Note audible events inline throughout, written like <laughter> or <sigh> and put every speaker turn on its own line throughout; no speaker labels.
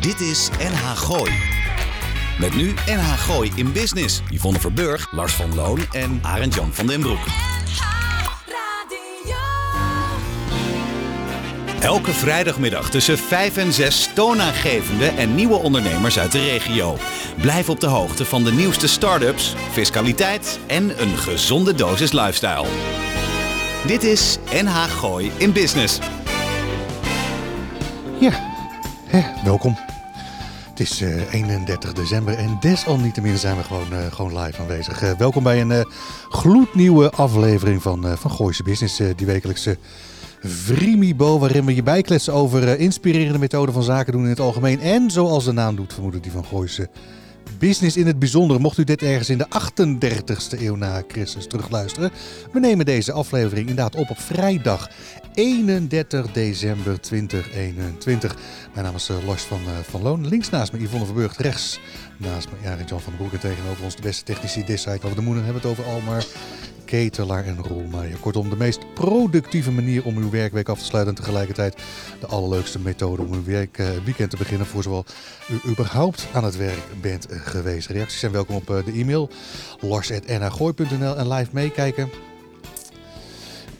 Dit is NH Gooi. Met nu NH Gooi in Business. Yvonne Verburg, Lars van Loon en Arend Jan van den Broek.
Radio.
Elke vrijdagmiddag tussen 5 en 6 toonaangevende en nieuwe ondernemers uit de regio. Blijf op de hoogte van de nieuwste start-ups, fiscaliteit en een gezonde dosis lifestyle. Dit is NH Gooi in Business.
Ja, Hè, welkom. Het is eh, 31 december en desalniettemin zijn we gewoon, eh, gewoon live aanwezig. Eh, welkom bij een eh, gloednieuwe aflevering van, eh van Gooise Business, eh, die wekelijkse Vrimibo, waarin we je bijkletsen over eh, inspirerende methoden van zaken doen in het algemeen. En zoals de naam doet, vermoeden die van Gooise Business in het bijzonder. Mocht u dit ergens in de 38ste eeuw na Christus terugluisteren, we nemen deze aflevering inderdaad op op vrijdag 31 december 2021. Mijn naam is eh, Lars van, eh, van Loon. Links naast me Yvonne Verburg, rechts naast me Jaren Jan van den Broek en tegenover ons de beste technici dit site over de moeder. Hebben we het over Almar, Ketelaar en Roelmaier. Kortom, de meest productieve manier om uw werkweek af te sluiten en tegelijkertijd de allerleukste methode om uw werk, eh, weekend te beginnen voor zowel u überhaupt aan het werk bent eh, geweest. Reacties zijn welkom op eh, de e-mail lars.nagooi.nl en live meekijken.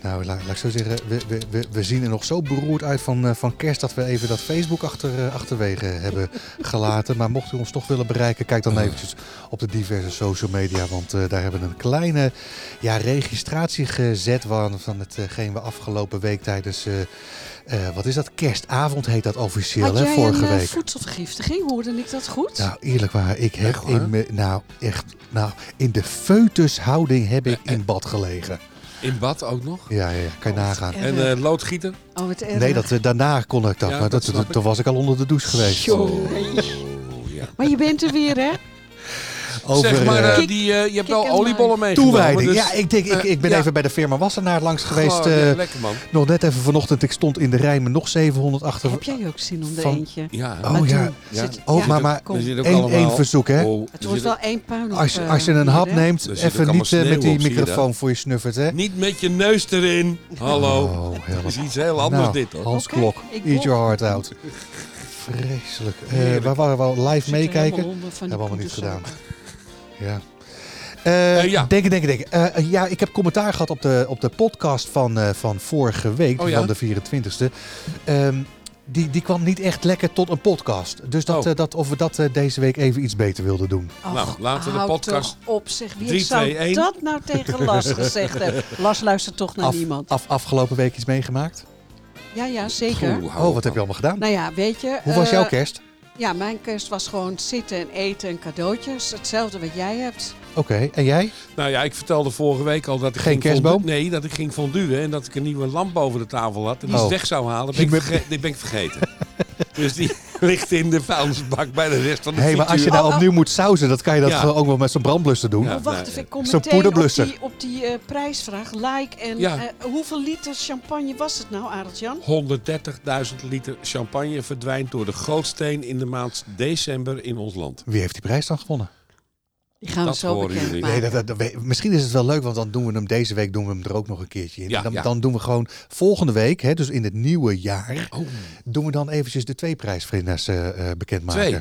Nou, laat, laat ik zo zeggen, we, we, we, we zien er nog zo beroerd uit van, eh, van kerst dat we even dat Facebook achter, eh, achterwege <laughs> hebben gelaten. Maar mocht u ons toch willen bereiken, kijk dan eventjes op de diverse social media. Want eh, daar hebben we een kleine ja, registratie gezet van, van hetgeen we afgelopen week tijdens, eh, eh, wat is dat, kerstavond heet dat officieel,
Had
hè,
jij
vorige
een eh,
week.
voedselvergiftiging? Hoorde ik dat goed?
Nou, eerlijk waar, ik heb in me, nou echt, nou in de foetushouding heb ik in bad gelegen.
In bad ook nog?
Ja, ja, ja kan je nagaan.
erg.
En eh loodgieter?
oh, wat erg.
Nee, dat, eh, daarna kon ik dat,
Ja,
maar
dat
dat,
snap
dat-
ik.
toen was ik al onder de douche geweest.
Jongen.
ja.
Maar je bent er weer,
<laughs>
hè?
Over
zeg maar,
eh,
eh,
Kik-
die, eh, je hebt wel
kik en
oliebollen meegenomen.
toewijding.
dus-
ja, ik, denk, ik,
eh,
ik ben
ja.
even bij de firma Wassenaar langs geweest.
Goh, ja,
eh,
lekker man.
nog net even vanochtend, ik stond in de rij met nog 700 achter.
Heb jij ook zin om er
Van-
eentje?
Ja.
Oh,
Maar
ja.
toen zit-
Oh, maar- maar-
kom.
Er zit ook
Eén-
allemaal-
één verzoek, hè?
Oh,
Het
er
wordt
zit
wel één puin. op,
Als,
eh,
als je een
hier,
hap
hè?
neemt,
Er zit ook
even
allemaal
niet eh, met
sneeuw
die
op, zie je dat?
microfoon voor je snuffert, hè?
ook- Niet met je neus erin. Hallo.
Oh,
Het
helemaal
is iets heel anders
nou,
dit hoor.
Hans
Oké,
Klok,
ik
eat
bol.
your heart out. Vreselijk. Eh,
Heerlijk.
waar waren we al live
Zit er helemaal
meekijken?
onder van Oh, die dus
Hebben we allemaal niet gedaan.
poedersap.
<laughs> Ja. Eh,
Eh, ja.
Denken, denken, denken. Eh, eh, ja, ik heb commentaar gehad op de, op de podcast van, eh, van vorige week,
Oh, ja?
van de 24e. Ehm, die, die kwam niet echt lekker tot een podcast. Dus dat,
Oh.
eh, dat, of we dat eh, deze week even iets beter wilden doen.
Ach,
Nou, laten we de
houd
podcast
toch op, zeg. Wie
3,
zou
2, 1.
dat nou tegen Las gezegd
<laughs>
hebben? Las luistert toch naar
Af-
niemand.
af, afgelopen week iets meegemaakt?
Ja, ja, zeker.
Oeh, hou
Oh,
op,
wat heb je allemaal gedaan?
Nou ja, weet je...
Hoe was
eh,
jouw kerst?
Ja, mijn kerst was gewoon zitten en eten en cadeautjes. Hetzelfde wat jij hebt.
Oké, en jij?
man. Nou ja, ik vertelde vorige week al dat ik
Geen
ging
kerstboom?
fondu- nee, dat ik ging fonduen en dat ik een nieuwe lamp boven de tafel had en die
Oh.
ze weg zou halen. Ben
Je
ik
bent-
verge- die ben ik
<laughs>
vergeten. dus die <laughs> ligt in de vuilnisbak bij de rest van de
Hé, hey, maar als je
frituur.
nou
Oh, oh.
opnieuw moet sausen, dat kan je dat
Ja.
gewoon ook wel met zo'n brandblussen doen.
Ja.
Oh, wacht
nou,
even, ik kom
zo'n
meteen op
poederblusser.
die, op die eh, prijsvraag. Like en
Ja.
eh, hoeveel liter champagne was het nou, Arendt-Jan?
130.000 liter champagne verdwijnt door de gootsteen in de maand december in ons land.
Wie heeft die prijs dan gewonnen?
Die gaan
Dat
we zo
horen
bekend
jullie.
maken.
Nee, dat, dat- dat weet- misschien is het wel leuk, want dan doen we hem deze week doen we hem er ook nog een keertje in.
Ja,
dan,
ja.
dan doen we gewoon volgende week, hè, dus in het nieuwe jaar,
Oh,
doen we dan eventjes de twee prijsvrienders eh eh, bekendmaken.
Twee.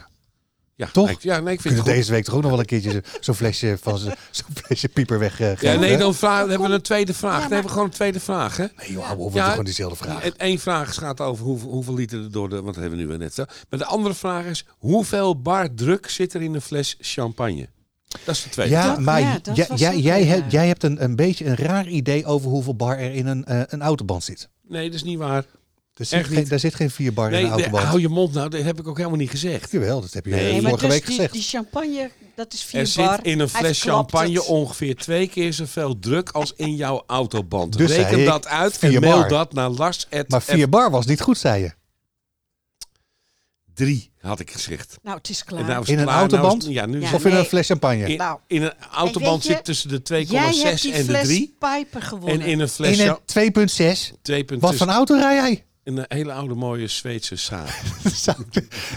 ja,
Toch?
Ik, ja, nee,
Kunnen
ik vind het
we
goed.
deze week toch ook nog wel een keertje zo- zo'n flesje van zo- <laughs> zo'n flesje pieper eh, weggeven?
Ja, nee, dan, vraag, dan hebben we een tweede vraag.
maar-
Dan hebben we gewoon een tweede vraag, hè?
Nee, joh, ouwe, we
Ja. eh,
doen gewoon diezelfde vraag.
En één vraag gaat over hoeveel, hoeveel liter er door de... Want dat hebben we nu weer net zo. Maar de andere vraag is, hoeveel bar druk zit er in een fles champagne? Dat is de tweede.
Ja,
Dat-
maar
ja, dat
jij-
was
jij,
ook
jij,
een,
hebt-
eh,
jij hebt een, een beetje een raar idee over hoeveel bar er in een, eh, een autoband zit.
Nee, dat is niet waar.
Er zit,
Echt
geen,
niet.
daar zit geen vier bar in
Nee,
een
nee,
autoband.
hou je mond nou. Dat heb ik ook helemaal niet gezegd.
Jawel, dat heb je
Nee,
eh,
maar
vorige
dus
week
die,
gezegd.
die champagne, dat is vier
Er
bar.
zit in een
Hij
fles
verklapt
champagne
het.
ongeveer twee keer zoveel druk als in jouw autoband.
Dus zei
Reken
ik,
dat uit
vier
en mail
bar.
dat naar Lars. at-
Maar vier
at-
bar was niet goed, zei je.
drie had ik gezegd.
Nou, het is
En
klaar.
nou is
In
het
een
klaar, nou is-
autoband?
ja, nu is
Ja.
het-
Of in
nee.
een fles champagne.
in,
Nou.
in een
En
autoband
weet je,
zit tussen de 2,6
jij hebt die
en de
fles
3.
pijpen
En
gewonnen.
in een
In
flesje
een 2.6.
2,6.
Wat voor auto rij jij? <laughs>
Een hele oude mooie Zweedse saap.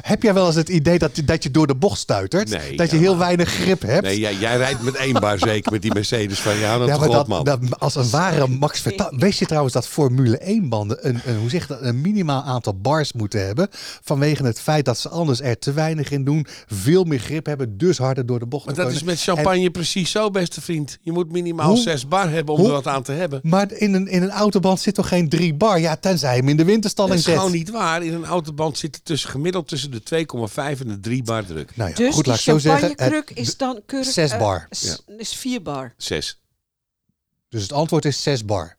Heb jij wel eens het idee dat, dat je door de bocht stuitert?
Nee,
dat je
ja,
heel
maar-
weinig grip hebt?
Nee, jij, jij rijdt met één bar zeker met die Mercedes van jou. Dat
ja, maar
klopt, man.
dat, dat- als een ware Max Verstappen... Wist je trouwens dat Formule 1-banden een, een, hoe zeg je dat, een minimaal aantal bars moeten hebben... vanwege het feit dat ze anders er te weinig in doen... veel meer grip hebben, dus harder door de bocht
Maar
te
dat is
kunnen.
met champagne precies zo, beste vriend. Je moet minimaal
Hoe-
zes bar hebben om
hoe-
er wat aan te hebben.
En- maar in een, in een autoband zit toch geen drie bar? Ja, tenzij je hem in de
Dat
winterstalling
is
zet.
gewoon niet waar. In een autoband zit er tussen, gemiddeld tussen de 2,5 en de 3 bar druk.
Nou ja,
Dus
goed,
die
laat ik zo zeggen. het-
champagnekruk is dan keurig...
zes
eh,
bar.
s- Is vier bar.
6.
Dus het antwoord is 6
<laughs>
bar.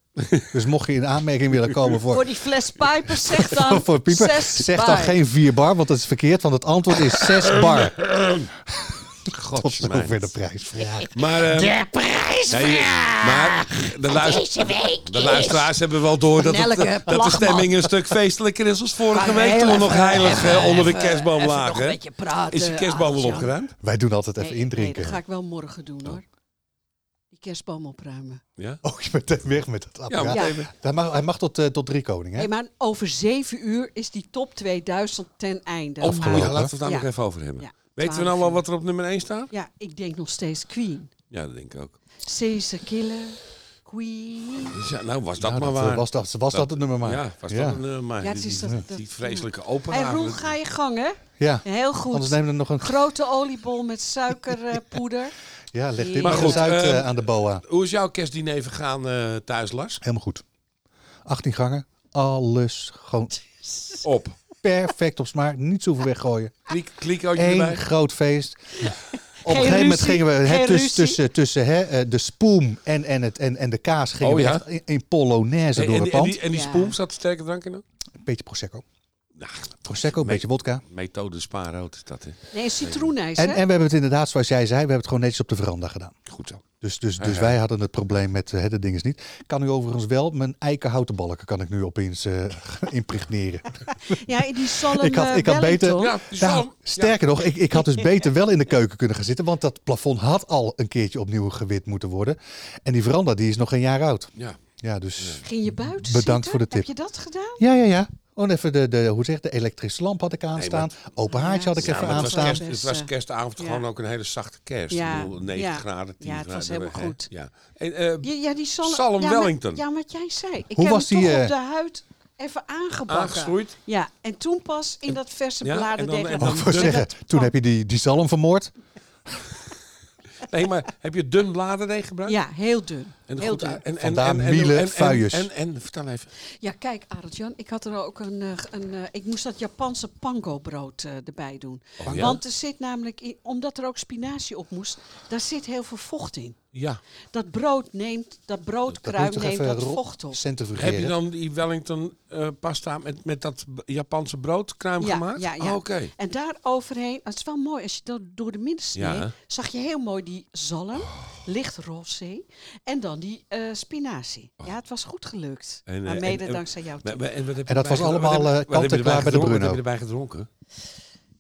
dus mocht je in aanmerking willen komen voor,
Voor die fles pijpers zeg dan
<laughs> voor pieper,
zes
zeg
bar.
dan geen 4 bar, want dat is verkeerd. Want het antwoord is
<laughs>
6 bar. Tot zover de prijsvraag.
Maar, eh,
De prijs
nee, maar de, luister-
deze week
de luisteraars hebben wel door dat, het- eh,
Nelke,
dat de
lachman.
stemming een stuk feestelijker is als vorige
Gaan we
week.
heel
Toen we
even-
nog heilig eh,
even-
onder de
even-
kerstboom
even
lagen.
nog een
hè?
beetje praten,
Is de kerstboom wel
Arjan.
opgeruimd?
Wij doen altijd even
Nee, Nee,
indrinken.
dat ga ik wel morgen doen hoor. Die kerstboom opruimen.
Ja.
Oh, je bent weg met dat
Ja,
apparaat.
maar
Ja.
even-
Hij, mag, hij mag tot, eh, tot drie koningen.
Hey, maar over zeven uur is die top 2000 ten einde.
Oh,
Maar-
ja, laten we het daar
Ja.
nog even over hebben.
Ja,
Weten we nou
twaalf
wel
uur.
wat er op nummer 1 staat?
Ja, ik denk nog steeds Queen.
Ja, dat denk ik ook.
Caesar Killer, Queen.
Dus ja, nou, was dat
Nou,
maar
dat,
waar.
eh, was, dat, was dat het nummer maar.
Ja, was
ja.
dat een eh, maar.
Ja, het
die,
is
die-
dat- dat-
die vreselijke opera.
Hey Roel,
Dat-
ga je gang hè?
Ja.
Heel
dus- Anders
goed.
nemen we nog een...
Grote oliebol met suikerpoeder.
<laughs> Ja, leg dit
Maar
maar
goed,
eens uit
eh,
eh, aan de boa.
Hoe is jouw kerstdiner vergaan eh, thuis, Lars?
Helemaal goed. 18 gangen. Alles
<laughs>
gewoon
Op.
perfect op smaak. Niets hoeven weggooien.
Klik, klikootje
Eén
erbij.
groot feest. <laughs> Op een
Geen
gegeven moment
ruzie,
gingen we hè,
geen
tussen,
ruzie.
tussen, tussen hè, eh, de spoem en, en, het, en, en de kaas gingen
Oh,
we
ja.
echt in, in Polonaise
Hey,
door
en,
het
die- en
pand.
die, en die
Ja.
spoem, zat er sterke drank in? ook?
Een beetje Prosecco.
Nou,
Prosecco, een
Nee.
beetje wodka.
methode spaarrood is dat, hè?
Nee, citroenijs hè?
En, en we hebben het inderdaad, zoals jij zei, we hebben het gewoon netjes op de veranda gedaan.
Goed zo.
Dus, dus, dus
ja.
wij hadden het probleem met eh, hè, de dinges niet. Kan nu overigens wel, mijn eikenhouten balken kan ik nu opeens eh, <laughs> impregneren.
Ja, in die Salem
Ik had- ik had
eh,
beter-
Wellington.
Ja, dus
Nou,
wel-
sterker nog, ik, ik had dus beter wel in de keuken kunnen gaan zitten, want dat plafond had al een keertje opnieuw gewit moeten worden. En die veranda die is nog een jaar oud.
Ja.
Ja, dus
Ging je buiten
Bedankt
zitten?
voor de tip.
Heb je dat gedaan?
Ja, ja, ja. Gewoon even de, de, hoe zeg, je, de elektrische lamp had ik aanstaan. Open haartje had ik
Ja,
even
maar het, was
aanstaan.
kerst, het
Best,
was
eh,
kerstavond
ja.
gewoon ook een hele zachte kerst.
Ja,
Ik bedoel, 9
ja.
graden, 10
Ja, het
graden.
was helemaal
hè.
goed.
Ja. En, eh,
Ja, ja, die Salem,
Salem
ja, maar-
Wellington.
ja, maar jij zei. Ik
Hoe
heb
was
hem
die,
toch
eh,
op de huid even aangebakken.
Aangegroeid?
Ja, en toen pas in dat verse
Ja, en
bladen
dan- en
Oh,
dan-
ik wou zeggen, toen heb je die, die zalm vermoord.
nee, maar heb je dun bladerdeeg gebruikt?
Ja, heel dun.
En
heel
goed, eh,
dun.
en, en,
Vandaar
en, en-
miele
en- en-
vuiers.
En, en, vertel even.
Ja, kijk, Arjan, ik had er ook een, eh, een eh, ik moest dat Japanse panko brood erbij doen.
Oh, ja?
Want er zit namelijk, in, omdat er ook spinazie op moest, daar zit heel veel vocht in.
Ja.
Dat brood neemt, dat
Dat
broodkruim
moet toch
neemt
even
dat
ro-
vocht op.
centrifugeren.
Heb je dan die Wellington eh, pasta met, met dat b- Japanse broodkruim gemaakt?
Ja, ja.
Oh, Oké.
En daar overheen, het is wel mooi, als je dat door de midden sneed,
Ja. Oh.
zag je heel mooi die zalm, licht roze, en dan die eh, spinazie. Ja, het was goed gelukt.
En, eh,
maar mede
en- en-
dankzij jou.
Maar-
tip.
maar- en, wat heb
En
je
dat was
erbij gedro-
allemaal,
wat heb-
eh,
wat heb
kant en
je erbij
klaar bij de
gedronken? Wat
Bruno.
heb je erbij gedronken?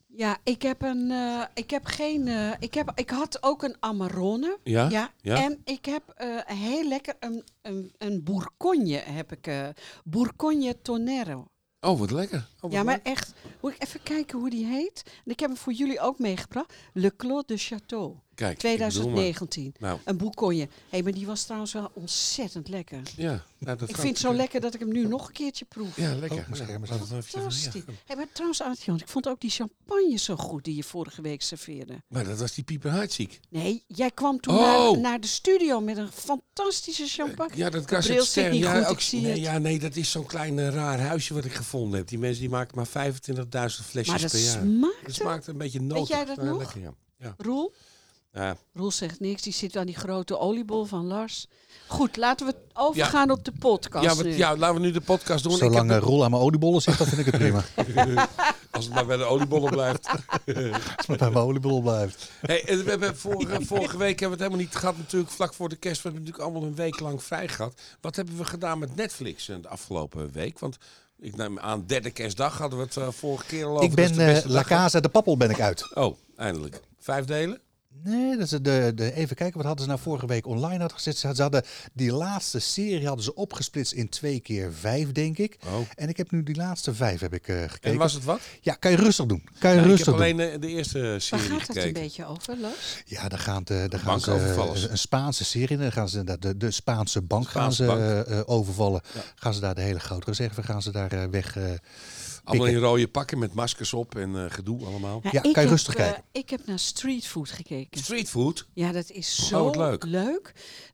Ja, ik heb een, eh, ik heb geen, eh, ik heb, ik had ook een Amarone.
Ja?
Ja,
Ja?
en ik heb eh, heel lekker een, een, een bourgogne heb ik, eh bourgogne tonero.
Oh, wat lekker. Oh, wat
Ja, maar
leuk.
echt. Moet ik even kijken hoe die heet? En ik heb hem voor jullie ook meegebracht. Le Clos de Château,
Kijk, ik bedoel maar.
2019.
Nou,
Een bourgogne. Hé, hey, maar die was trouwens wel ontzettend lekker.
ja. Nou, dat
Ik
kan-
vind het zo lekker dat ik hem nu nog een keertje proef.
Ja, lekker.
Oh, mijn scherm is
Ja,
af.
dat heeft je van-
Fantastisch.
ja.
Hey, maar trouwens, Artjan, ik vond ook die champagne zo goed die je vorige week serveerde.
Maar dat was die Pieper Hartziek.
Nee, jij kwam toen
Oh.
naar, naar de studio met een fantastische champagne.
Ja, dat
De
kan
bril zit niet
Ja,
goed,
ook-
ik zie
nee,
het.
ja, nee, dat is zo'n klein eh, raar huisje wat ik gevonden heb. Die mensen die maken maar 25.000 flesjes
maar dat
per jaar.
smaakte.
Het smaakt een beetje nodig.
jij dat nog?
Lekker, ja. Ja.
Roel,
Ja,
Roel zegt niks, die zit aan die grote oliebol van Lars. Goed, laten we overgaan op de podcast
ja, wat-
nu.
ja, laten we nu de podcast doen. Ik heb
eh, Zolang
het-
eh, Roel aan mijn oliebollen zit, dan vind ik het
<laughs>
prima.
Als het maar bij de oliebollen
<laughs>
blijft.
Als het bij mijn oliebollen blijft.
Hey, eh, we hebben vorige, vorige week hebben we het helemaal niet gehad natuurlijk. Vlak voor de kerst we hebben natuurlijk allemaal een week lang vrij gehad. Wat hebben we gedaan met Netflix eh, de afgelopen week? Want ik neem aan derde kerstdag hadden we het eh, vorige keer al over.
Ik
Dat is
ben
de beste
eh La
dag, hè?
Casa de Pappel ben ik uit.
Oh, eindelijk. Vijf delen?
Nee, dat is de, de, even kijken, wat hadden ze nou vorige week online had gezet? Ze hadden die laatste serie hadden ze opgesplitst in twee keer vijf, denk ik.
Oh.
En ik heb nu die laatste vijf heb ik eh, gekeken.
En was het wat?
Ja, kan je rustig doen. Kan je
Ja, ik
rustig
heb
doen.
alleen eh, de eerste
Waar
serie
gaat het een
gekeken.
beetje over, Lars?
Ja, daar gaan, de, daar gaan
Bank
ze eh,
overvallers.
een Spaanse serie in. Dan gaan ze inderdaad de, de Spaanse bank
Spaanse
gaan ze,
bank.
eh, eh, overvallen. Gaan ze daar de hele grote reserve gaan ze daar eh, weg. eh,
Allemaal in rode pakken met maskers op en eh, gedoe allemaal.
Ja, kan je
heb,
rustig
eh,
kijken.
ik heb naar streetfood gekeken.
Streetfood.
Ja, dat is zo
Oh, wat leuk.
leuk.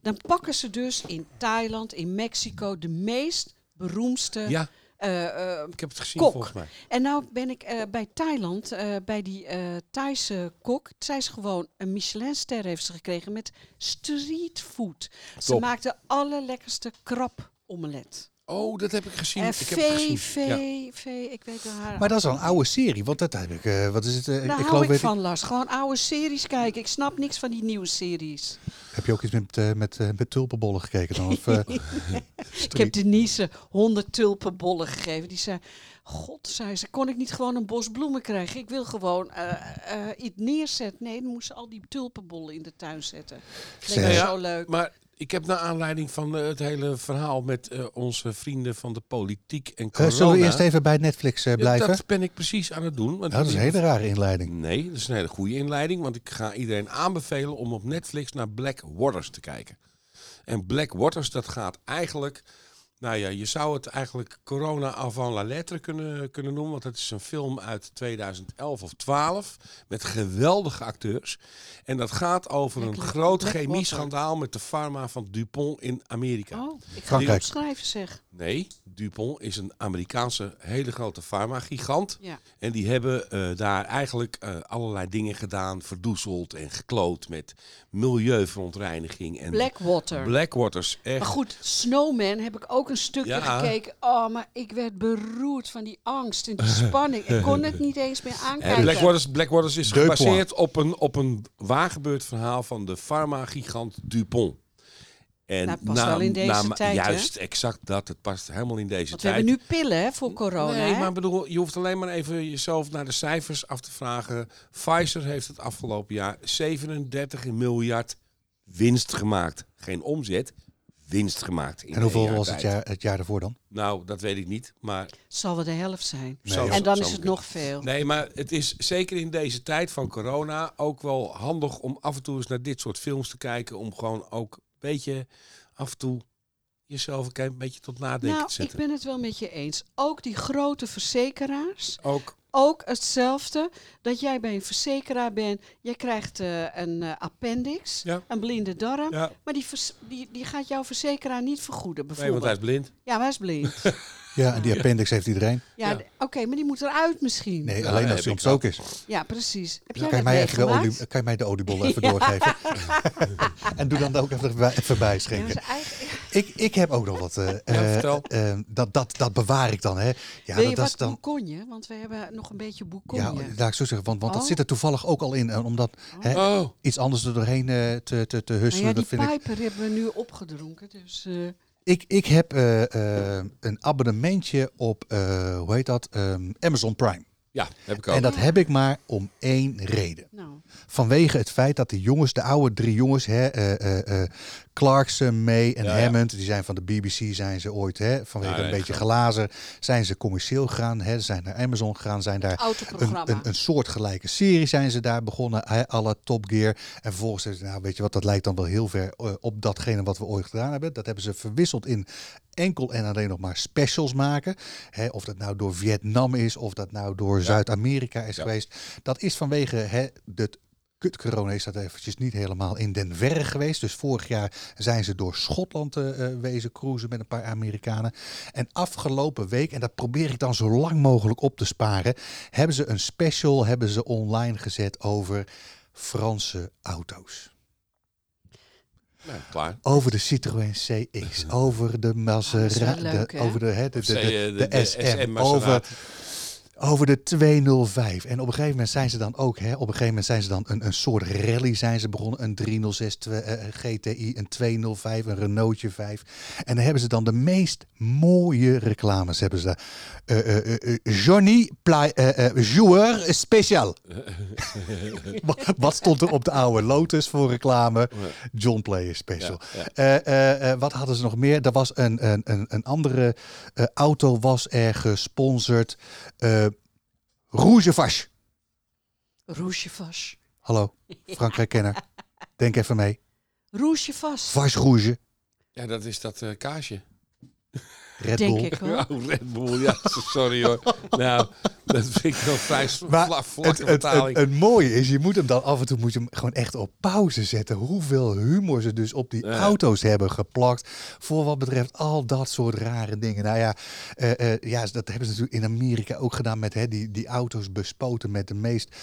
Dan pakken ze dus in Thailand, in Mexico, de meest beroemdste
Ja,
eh, eh,
ik heb het gezien
kok.
volgens mij.
En nou ben ik eh, bij Thailand, eh, bij die eh Thaise kok. Zij is gewoon een Michelinster heeft ze gekregen met streetfood. Ze
Top.
maakt de allerlekkerste krab omelet.
Oh, dat heb ik gezien.
En
ik heb het
vee,
gezien. Ja.
vee, vee, ik weet wel haar.
Maar dat is al een oude serie, want dat heb ik. eh, wat is het? eh,
Daar
ik
hou
geloof
ik
weet
van, Lars. Gewoon oude series kijken. Ik snap niks van die nieuwe series.
Heb je ook iets met, eh, met, eh, met tulpenbollen gekeken dan?
<laughs>
Of, eh,
Ik heb Denise honderd tulpenbollen gegeven. Die zei, god, zei ze, kon ik niet gewoon een bos bloemen krijgen? Ik wil gewoon eh, eh, iets neerzetten. Nee, dan moest ze al die tulpenbollen in de tuin zetten.
Zeg.
Leek me
Ja,
zo leuk.
Maar ik heb naar aanleiding van eh, het hele verhaal met eh, onze vrienden van de politiek en
eh,
corona...
zullen we eerst even bij Netflix eh,
Ja,
blijven?
Dat ben ik precies aan het doen. want
Nou, dat is een
die-
hele rare inleiding.
Nee, dat is een hele goede inleiding. Want ik ga iedereen aanbevelen om op Netflix naar Black Waters te kijken. En Black Waters, dat gaat eigenlijk... Nou ja, je zou het eigenlijk Corona avant la lettre kunnen, kunnen noemen. Want het is een film uit 2011 of 12 met geweldige acteurs. En dat gaat over een
Black-
groot
Black
chemie
Water.
schandaal met de farma van Dupont in Amerika.
Oh, ik ga
Frankrijk.
het opschrijven, zeg.
Nee, Dupont is een Amerikaanse hele grote farma-gigant.
Ja.
En die hebben eh, daar eigenlijk eh, allerlei dingen gedaan, verdoezeld en gekloot met milieuverontreiniging. En
Blackwater.
Blackwaters, echt.
maar goed, Snowman heb ik ook een stukje
Ja.
gekeken. Oh, maar ik werd beroerd van die
<laughs>
angst en die spanning. Ik kon het niet eens meer
Hè,
aankijken.
Blackwaters, Blackwaters is
Dupont.
gebaseerd op een, op een waargebeurd verhaal van de farma-gigant Dupont. En
Nou, het past wel in deze tijd, hè?
Juist, exact dat. Het past helemaal in deze
Want we
tijd.
hebben nu pillen hè, voor corona.
Nee,
hè?
maar ik bedoel, je hoeft alleen maar even jezelf naar de cijfers af te vragen. Pfizer heeft het afgelopen jaar 37 miljard winst gemaakt. Geen omzet, winst gemaakt. in
En hoeveel
één
was het
tijd.
jaar, het jaar daarvoor dan?
Nou, dat weet ik niet, maar...
Zal wel de helft zijn.
zo-
en dan
zo-
is het nog veel.
Nee, maar het is zeker in deze tijd van corona ook wel handig om af en toe eens naar dit soort films te kijken. Om gewoon ook een beetje af en toe jezelf een klein beetje tot nadenken
Nou,
te
ik
zetten.
ben het wel met je eens. Ook die grote verzekeraars.
Ook
Ook hetzelfde dat jij bij een verzekeraar bent. Jij krijgt eh, een eh, appendix,
Ja.
een blinde darm.
Ja.
Maar die, vers- die, die gaat jouw verzekeraar niet vergoeden,
nee, want
bijvoorbeeld.
hij is blind.
Ja, maar hij is blind.
<laughs> Ja, en die appendix heeft iedereen.
ja,
Ja.
d- Oké, maar die moet eruit misschien.
Nee,
Ja,
alleen
heb
als
ik
het soms
dat.
ook is.
Ja, precies. Heb jij
Kan je,
dat
mij even de
meegemaakt?
olie, kan je mij de oliebollen even doorgeven? en doe dan ook even, bij- even
Ja,
bijschenken.
dat is eigenlijk-
Ik, ik heb ook nog wat. eh, eh,
vertel.
eh, dat, dat, dat bewaar ik dan, hè? Ja,
Wil
dat,
je
dat
wat
is dan.
boekonje? Want we hebben nog een beetje boekonje.
Ja, dus laat ik zo zeggen, want, want dat
Oh.
zit er toevallig ook al in. eh, Omdat hè,
Oh.
iets anders er doorheen eh, te, te, te
Nou
husselen,
ja, die
dat vind ik.
pijper hebben we nu opgedronken. Dus, eh,
Ik, ik heb eh, eh, een abonnementje op, eh, hoe heet dat? Ehm, Amazon Prime.
Ja, heb ik ook.
En dat heb ik maar om één reden.
nou,
Vanwege het feit dat de jongens, de oude drie jongens, hè, eh, eh, eh, Clarkson, May en
Ja, ja.
Hammond, die zijn van de BBC, zijn ze ooit, hè, vanwege
Ja, nee,
een beetje
klopt.
glazen, zijn ze commercieel gegaan, hè, zijn naar Amazon gegaan, zijn daar een,
autoprogramma.
een, een soortgelijke serie zijn ze daar begonnen, hè, à la Top Gear. En vervolgens hebben ze, nou weet je wat, dat lijkt dan wel heel ver eh, op datgene wat we ooit gedaan hebben. Dat hebben ze verwisseld in enkel en alleen nog maar specials maken. Hè, of dat nou door Vietnam is, of dat nou door Zuid-Amerika is
Ja.
geweest. Dat is vanwege hè, het kut corona is dat eventjes niet helemaal in den verre geweest. Dus vorig jaar zijn ze door Schotland eh, eh, wezen cruisen met een paar Amerikanen. En afgelopen week, en dat probeer ik dan zo lang mogelijk op te sparen, hebben ze een special hebben ze online gezet over Franse auto's.
Nou, klaar.
Over de Citroën CX, over de
wel
Maserati,
leuk,
de-
hè?
over de, hè, de, de,
Zij,
de,
eh,
de SM, over
Maserati.
Over de 205. En op een gegeven moment zijn ze dan ook, hè, op een gegeven moment zijn ze dan een, een soort rally zijn ze begonnen. Een 306 twe- eh, GTI, een 205, een Renaultje 5. En dan hebben ze dan de meest mooie reclames hebben ze daar. Eh, eh, eh, eh, Johnny Pla- eh, eh, Joueur Special. Wa- wat stond er op de oude Lotus voor reclame? John Player Special. Eh, eh, eh, wat hadden ze nog meer? Er was een, een, een, een andere eh, auto was er gesponsord. eh Rouge Vache.
Roesje vast.
Hallo, Frankrijk kenner. Denk even mee.
Roesje vast.
Vache Rouge.
Ja, dat is dat eh, kaasje.
Red
Denk
Bull.
ik
<laughs>
wel.
<laughs> Oh, Red Bull, ja, sorry hoor. <laughs> Nou, dat vind ik wel vrij s-
Maar
vla-
Het,
vlakke
het, het,
vertaling.
het mooie is, je moet hem dan af en toe moet je hem gewoon echt op pauze zetten. Hoeveel humor ze dus op die
Ja.
auto's hebben geplakt. Voor wat betreft al dat soort rare dingen. Nou ja, eh, eh, ja dat hebben ze natuurlijk in Amerika ook gedaan met hè, die, die auto's bespoten met de meest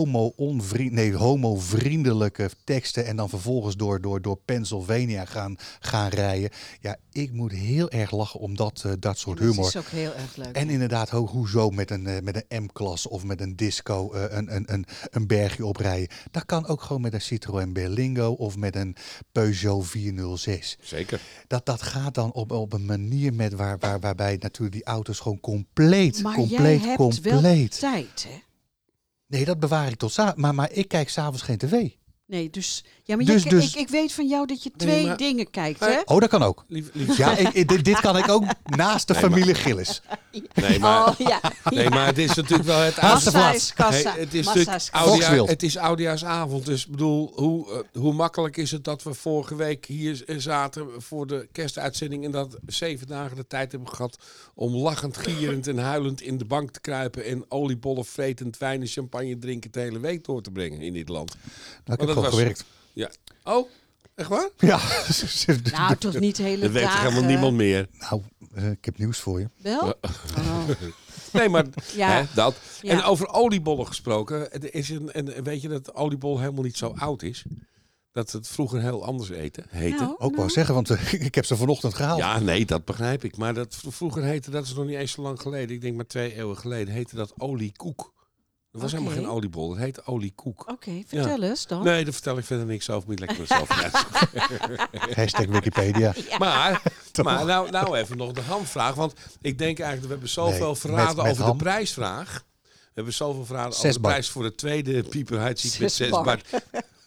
homo-onvriend, nee, homo-vriendelijke teksten. En dan vervolgens door, door, door Pennsylvania gaan, gaan rijden. Ja, ik moet heel erg lachen om dat, eh, dat soort
Dat
humor.
is ook heel erg leuk.
En inderdaad, ho, hoezo met een, eh, met een M-klasse of met een disco eh, een, een, een, een bergje oprijden? Dat kan ook gewoon met een Citroën Berlingo of met een Peugeot 406.
Zeker.
Dat, dat gaat dan op, op een manier met waar, waar, waarbij natuurlijk die auto's gewoon compleet,
maar
compleet,
jij hebt
compleet.
wel tijd, hè?
Nee, dat bewaar ik tot s'avonds. Maar, maar ik kijk s'avonds geen tv.
Nee, dus... Ja, maar
Dus-
jij-
dus-
ik, ik weet van jou dat je twee
maar-
dingen kijkt,
Maar-
hè?
Oh, dat kan ook.
Lief, lief.
Ja, ik, ik- dit, dit kan ik ook naast de familie Gillis.
Nee, maar,
Oh, <laughs> ja.
nee, maar het is natuurlijk wel het
Haast de
Massa
plaats.
is kassa.
Hey, het is
Massa
natuurlijk
is kassa.
oudejaa-
Volkswild.
het is oudejaarsavond, dus ik bedoel, hoe, eh, hoe makkelijk is het dat we vorige week hier z- eh, zaten voor de kerstuitzending en dat zeven dagen de tijd hebben gehad om lachend, gierend en huilend in de bank te kruipen en oliebollen vretend, wijn en champagne drinken de hele week door te brengen in dit land.
Nou, ik heb
Maar dat
gewoon
was-
gewerkt.
Ja. Oh, echt waar?
Ja, <laughs>
Nou, toch niet de hele
Dat weet toch
dagen.
helemaal niemand meer.
nou eh, ik heb nieuws voor je.
Wel? Oh.
Nee, maar
<laughs> Ja.
hè, dat.
Ja.
En over oliebollen gesproken. Er is een, en weet je dat oliebol helemaal niet zo oud is? Dat het vroeger heel anders eten, heette.
Nou,
Ook wou
nou.
zeggen, want eh, <laughs> ik heb ze vanochtend gehaald.
Ja, nee, dat begrijp ik. Maar dat v- vroeger heette, dat is nog niet eens zo lang geleden. Ik denk maar twee eeuwen geleden, heette dat oliekoek. Dat was
Oké. Oh,
helemaal geen oliebol, dat heette oliekoek.
nou, Oké, vertel eens dan.
Nee, daar vertel ik verder niks over. Moet je lekker
<laughs>
mezelf uitzoeken.
Hashtag
<laughs>
Wikipedia.
<laughs>
Maar, maar nou, nou even nog de hamvraag. Want ik denk eigenlijk, we hebben zoveel
Nee,
verraden
met- met
over
ham.
de prijsvraag. We hebben zoveel verraden
Zes
over de
bar.
prijs voor de tweede pieperheid. Ziet met
Zes
zes
bar. <laughs>
bar.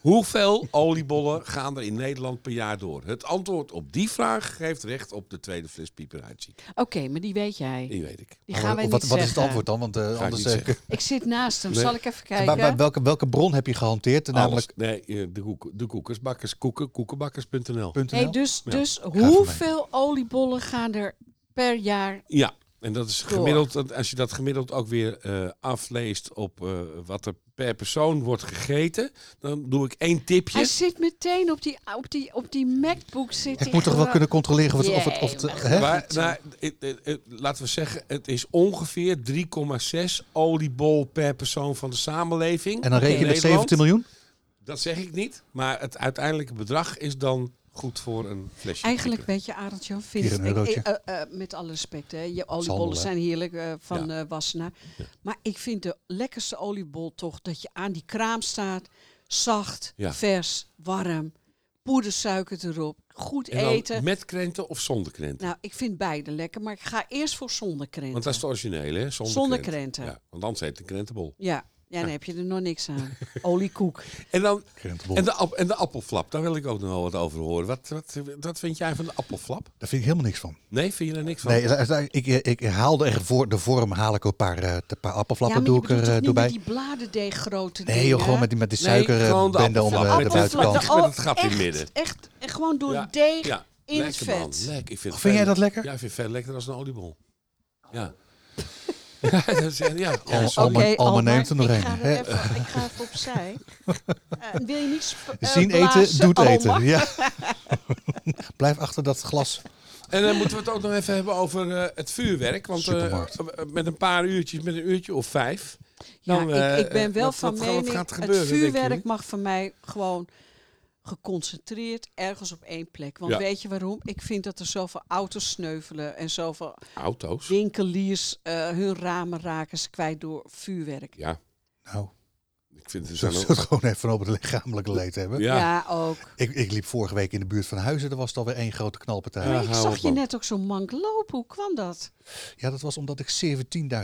Hoeveel oliebollen gaan er in Nederland per jaar door? Het antwoord op die vraag geeft recht op de tweede fles pieperheid.
Oké, maar die weet jij.
Die weet ik.
Die gaan wij
Oh, wat,
niet
wat
zeggen.
is het antwoord dan? Want eh,
ik
anders.
niet
eh,
zeggen.
Ik zit naast hem.
Nee.
Zal ik even
maar-
kijken?
maar welke, welke bron heb je gehanteerd? <laughs>
Alles.
Namelijk.
Nee, eh, de, koek, de koekersbakkers, koeken, koekenbakkers.nl.
Nee, dus dus
mij.
hoeveel oliebollen gaan er per jaar?
Ja, en dat is gemiddeld, dat- als je dat gemiddeld ook weer eh, afleest op eh, wat er per persoon wordt gegeten, dan doe ik één
Hij
tipje.
zit meteen op die, op die, op die MacBook zitten. eh,
Ik moet toch wel kunnen controleren of het. Of het, of het
Jee,
hè?
Maar, nou, het- het- het- laten we zeggen, het is ongeveer 3,6 oliebol per persoon van de samenleving.
En dan reken je
in
met
Nederland.
17 miljoen?
Dat zeg ik niet, maar het uiteindelijke bedrag is dan goed voor een flesje.
Eigenlijk
kikker.
weet je, Arend Jan
Hier
vindt
een
ik-
eurotje.
eh, eh, eh, met alle respect, hè, je
handel,
oliebollen
hè?
zijn heerlijk eh, van eh, Wassenaar. Maar ik vind de lekkerste oliebol toch dat je aan die kraam staat, zacht,
Ja.
vers, warm, poedersuiker erop, goed
En dan
eten.
Met krenten of zonder krenten?
Nou, ik vind beide lekker, maar ik ga eerst voor zonder krenten.
Want dat is de originele, hè? Zonder,
Nou, Zonder
krenten.
krenten.
Ja, want anders heet het een krentenbol.
Ja, ja, dan heb je er nog niks aan. Oliekoek.
En, dan,
Krentenbol.
en, de, ap- en de appelflap, daar wil ik ook nog wel wat over horen. Wat, wat, wat vind jij van de appelflap?
Daar vind ik helemaal niks van.
Nee, vind je er niks van?
Nee, eh, eh, ik, eh, ik haal er voor de vorm haal ik een paar, eh, een paar appelflappen.
ja, maar
doe
je
ik er
bedoelt toch
eh, doe
niet
bij.
met die bladerdeeg grote
Nee, joh, gewoon met die, met die
Nee, gewoon de
suikerbende om eh,
appelflap.
de
Appelflap.
buitenkant.
Met het gat in
echt,
midden.
Echt, echt gewoon door
Ja,
de deeg
ja,
in het
lekker,
vet.
man, lekker. Ik vind,
Oh, vind
het
jij
veel-
dat lekker?
Ja, ik vind het veel lekkerder als een oliebol. Ja. <laughs> ja, dat is- ja.
Ja,
Oh,
Alma-
Oh. Oké,
Alma neemt er nog
ik
een,
Ga
hè.
er even, ik ga even
<laughs>
opzij. Eh, wil je niet sp- eh,
Zien eten
blazen,
doet
Alma?
eten. Ja. <laughs> Blijf achter dat glas.
En dan moeten we het ook nog even hebben over eh, het vuurwerk. Want eh,
Supermarkt.
eh, met een paar uurtjes, met een uurtje of vijf.
Ja,
dan, eh,
ik, ik ben wel
wat-
van
wat- wat
mening,
gaat er gebeuren,
het
denk je,
vuurwerk
hè?
mag van mij gewoon geconcentreerd ergens op één plek. Want
Ja.
weet je waarom? Ik vind dat er zoveel auto's sneuvelen en zoveel
Auto's.
winkeliers eh, hun ramen raken ze kwijt door vuurwerk.
Ja,
Nou,
ik vind het
Dus zullen
zo.
we het gewoon even over het lichamelijke leed hebben?
Ja,
Ja.
ook.
Ik, ik liep vorige week in de buurt van Huizen. Er was het alweer één grote knalpartij.
Ja,
Maar ik
hou
zag
op,
je
man.
net ook zo mank lopen. Hoe kwam dat?
Ja, dat was omdat ik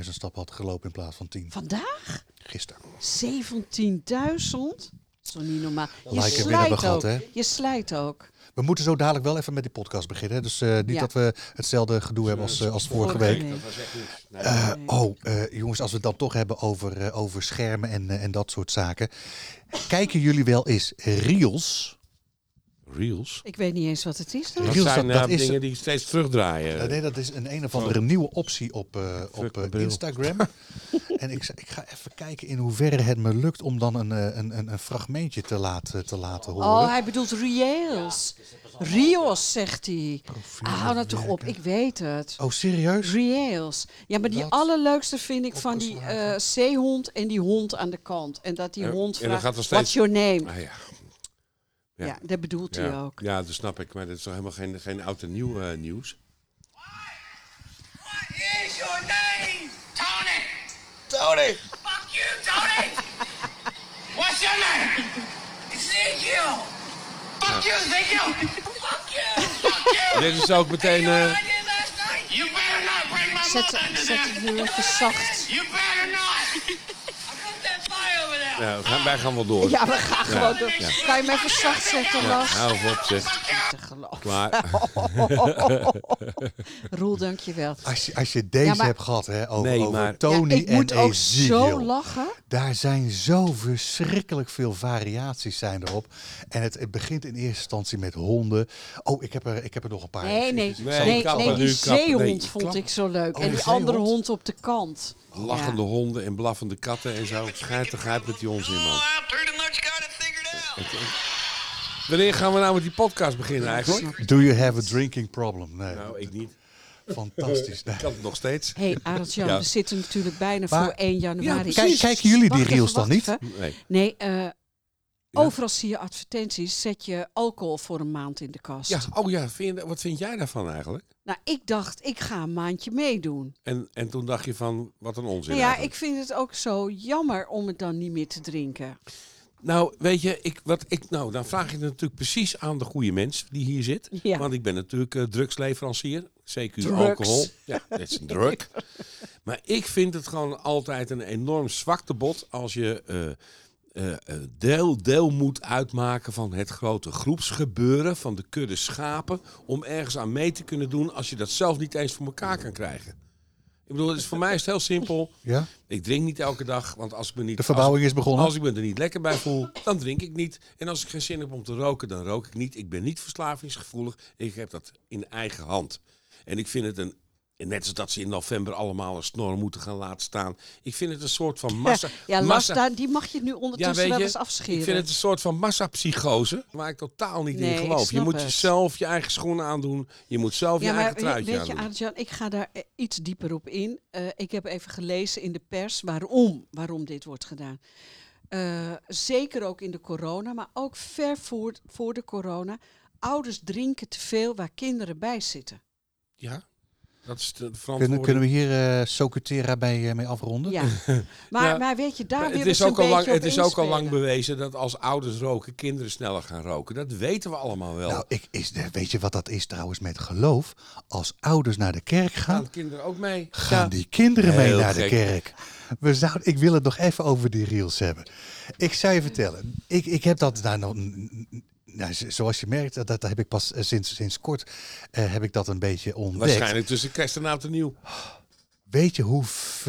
17.000 stappen had gelopen in plaats van 10
Vandaag?
gisteren.
17.000? Dat is toch niet normaal? Je
Lijken weer hebben
slijt
we
ook.
gehad, hè?
Je slijt ook.
We moeten zo dadelijk wel even met die podcast beginnen. hè. Dus eh, niet
Ja.
dat we hetzelfde gedoe hebben als, eh, als vorige
Vorige
week.
week.
Dat was echt niks. Nee.
Eh, oh, eh, jongens, als we het dan toch hebben over, eh, over schermen en, eh, en dat soort zaken. Kijken jullie wel eens reels?
Reels.
Ik weet niet eens wat het is. Dan.
Dat
Reels,
zijn
dat- dat
eh,
is-
dingen die steeds terugdraaien.
Eh, nee, dat is een, een of andere nieuwe optie op, eh, op
Fuck mijn
eh,
bril. <laughs>
Instagram. en ik, z- ik ga even kijken in hoeverre het me lukt om dan een, eh, een, een, een fragmentje te laten, te laten horen.
Oh, hij bedoelt reels. Rios, zegt hij. Ah, hou nou toch op, ik weet het.
Oh, serieus?
Reels. Ja, maar die
Dat
allerleukste vind ik van die
opgeslagen.
eh, zeehond en die hond aan de kant. En dat die
Ja,
hond
en dan
vraagt,
gaat er
what's
steeds-
your name?
Ah, ja.
Ja,
ja.
dat bedoelt hij
Ja.
ook.
ja, dat snap ik. Maar dat is toch helemaal geen, geen oud en nieuw eh, nieuws.
What is your name? Tony.
Tony!
Fuck you, Tony. What's your name? Ezekiel. Fuck you, Ezekiel. Fuck you. Fuck you.
Dit is ook meteen... eh,
You better not bring my
Zet,
mother into
zet
that.
het nu even zacht.
You better not. I'll put that fire over there.
nou, we gaan, wij gaan wel door.
Ja, we gaan gewoon door. Kan je hem even zacht zetten, Lars?
Nou, of op zeg.
Fuck you.
Te geloven. <laughs>
Klaar.
Roel, dankjewel.
Als je, als je deze
Ja, maar-
hebt gehad hè, over,
Nee,
over
maar-
Tony
ja, ik
en
moet ook
Ezekiel.
zo lachen.
Daar zijn zo verschrikkelijk veel variaties zijn erop. En het, het begint in eerste instantie met honden. Oh, ik heb er, ik heb er nog een paar.
Nee, nee,
Ik zal-
Nee,
nee,
kappen.
nee, die
Nu kappen.
zeehond
Nee,
vond
klappen.
ik zo leuk.
Oh,
en
de
die andere
zeehond?
hond op de kant.
Lachende
Ja.
honden en blaffende katten en zo. Schijnt te grijp met die onzin, man.
I pretty much got it figured out.
Wanneer gaan we nou met die podcast beginnen eigenlijk?
Do you have a drinking problem? Nee,
Nou, ik niet.
fantastisch. Nee.
<laughs> Ik had het nog steeds.
Hé, hey, Arend-Jan,
Ja.
we zitten natuurlijk bijna
Maar-
voor 1
Ja,
januari.
precies.
Kijk, kijken jullie die
Wacht even,
reels dan
wacht
niet?
even.
Nee.
Nee, eh, overal zie je advertenties. Zet je alcohol voor een maand in de kast.
Ja, oh ja, vind, wat vind jij daarvan eigenlijk?
Nou, ik dacht, ik ga een maandje meedoen.
En, en toen dacht je van, wat een onzin
Nou ja,
eigenlijk.
ik vind het ook zo jammer om het dan niet meer te drinken.
Nou, weet je, ik, wat ik, nou, dan vraag je het natuurlijk precies aan de goede mens die hier zit.
Ja.
Want ik ben natuurlijk eh, drugsleverancier, CQ
Drugs. <laughs>
alcohol. Ja, dat is een drug. maar ik vind het gewoon altijd een enorm zwaktebod als je eh, eh, eh, deel, deel moet uitmaken van het grote groepsgebeuren van de kudde schapen. Om ergens aan mee te kunnen doen als je dat zelf niet eens voor elkaar kan krijgen. Ik bedoel, het is, voor mij is het heel simpel.
Ja?
Ik drink niet elke dag, want als ik me niet...
De verbouwing is begonnen.
Als ik me er niet lekker bij voel, dan drink ik niet. En als ik geen zin heb om te roken, dan rook ik niet. Ik ben niet verslavingsgevoelig. Ik heb dat in eigen hand. En ik vind het een... en Net als dat ze in november allemaal een snor moeten gaan laten staan. Ik vind het een soort van massa...
Ja,
massa-
Lasta, die mag je nu ondertussen wel eens afscheren.
ik vind het een soort van massapsychose waar ik totaal niet
Nee,
in
ik
geloof. Je
snap
moet
het.
jezelf je eigen schoenen aandoen. Je moet zelf je eigen truitje
weet je,
aandoen.
Arjan, ik ga daar eh, iets dieper op in. Eh, ik heb even gelezen in de pers waarom, waarom dit wordt gedaan. Eh, zeker ook in de corona, maar ook ver voor, voor de corona. Ouders drinken te veel waar kinderen bij zitten.
Ja, dat is de
Kunnen,
verantwoording.
kunnen we hier eh Socutera bij, eh, mee afronden?
<laughs>
Ja. Maar,
Ja.
maar weet je, daar
Maar
weer
het
eens
is,
een
ook al,
beetje
lang,
op
het is ook al lang
inspelen.
bewezen dat als ouders roken, kinderen sneller gaan roken. Dat weten we allemaal wel.
Nou, ik is, eh, weet je wat dat is trouwens met geloof? Als ouders naar de kerk gaan,
gaan kinderen ook mee?
gaan die kinderen mee
Heel
naar de
gek.
kerk. We zouden, ik wil het nog even over die reels hebben. Ik zou je vertellen, ik, ik heb dat nou nog. n- n- Nou, z- zoals je merkt, dat, dat heb ik pas eh, sinds, sinds kort eh, heb ik dat een beetje ontdekt.
Waarschijnlijk tussen kerst en oud en nieuw.
Weet je hoe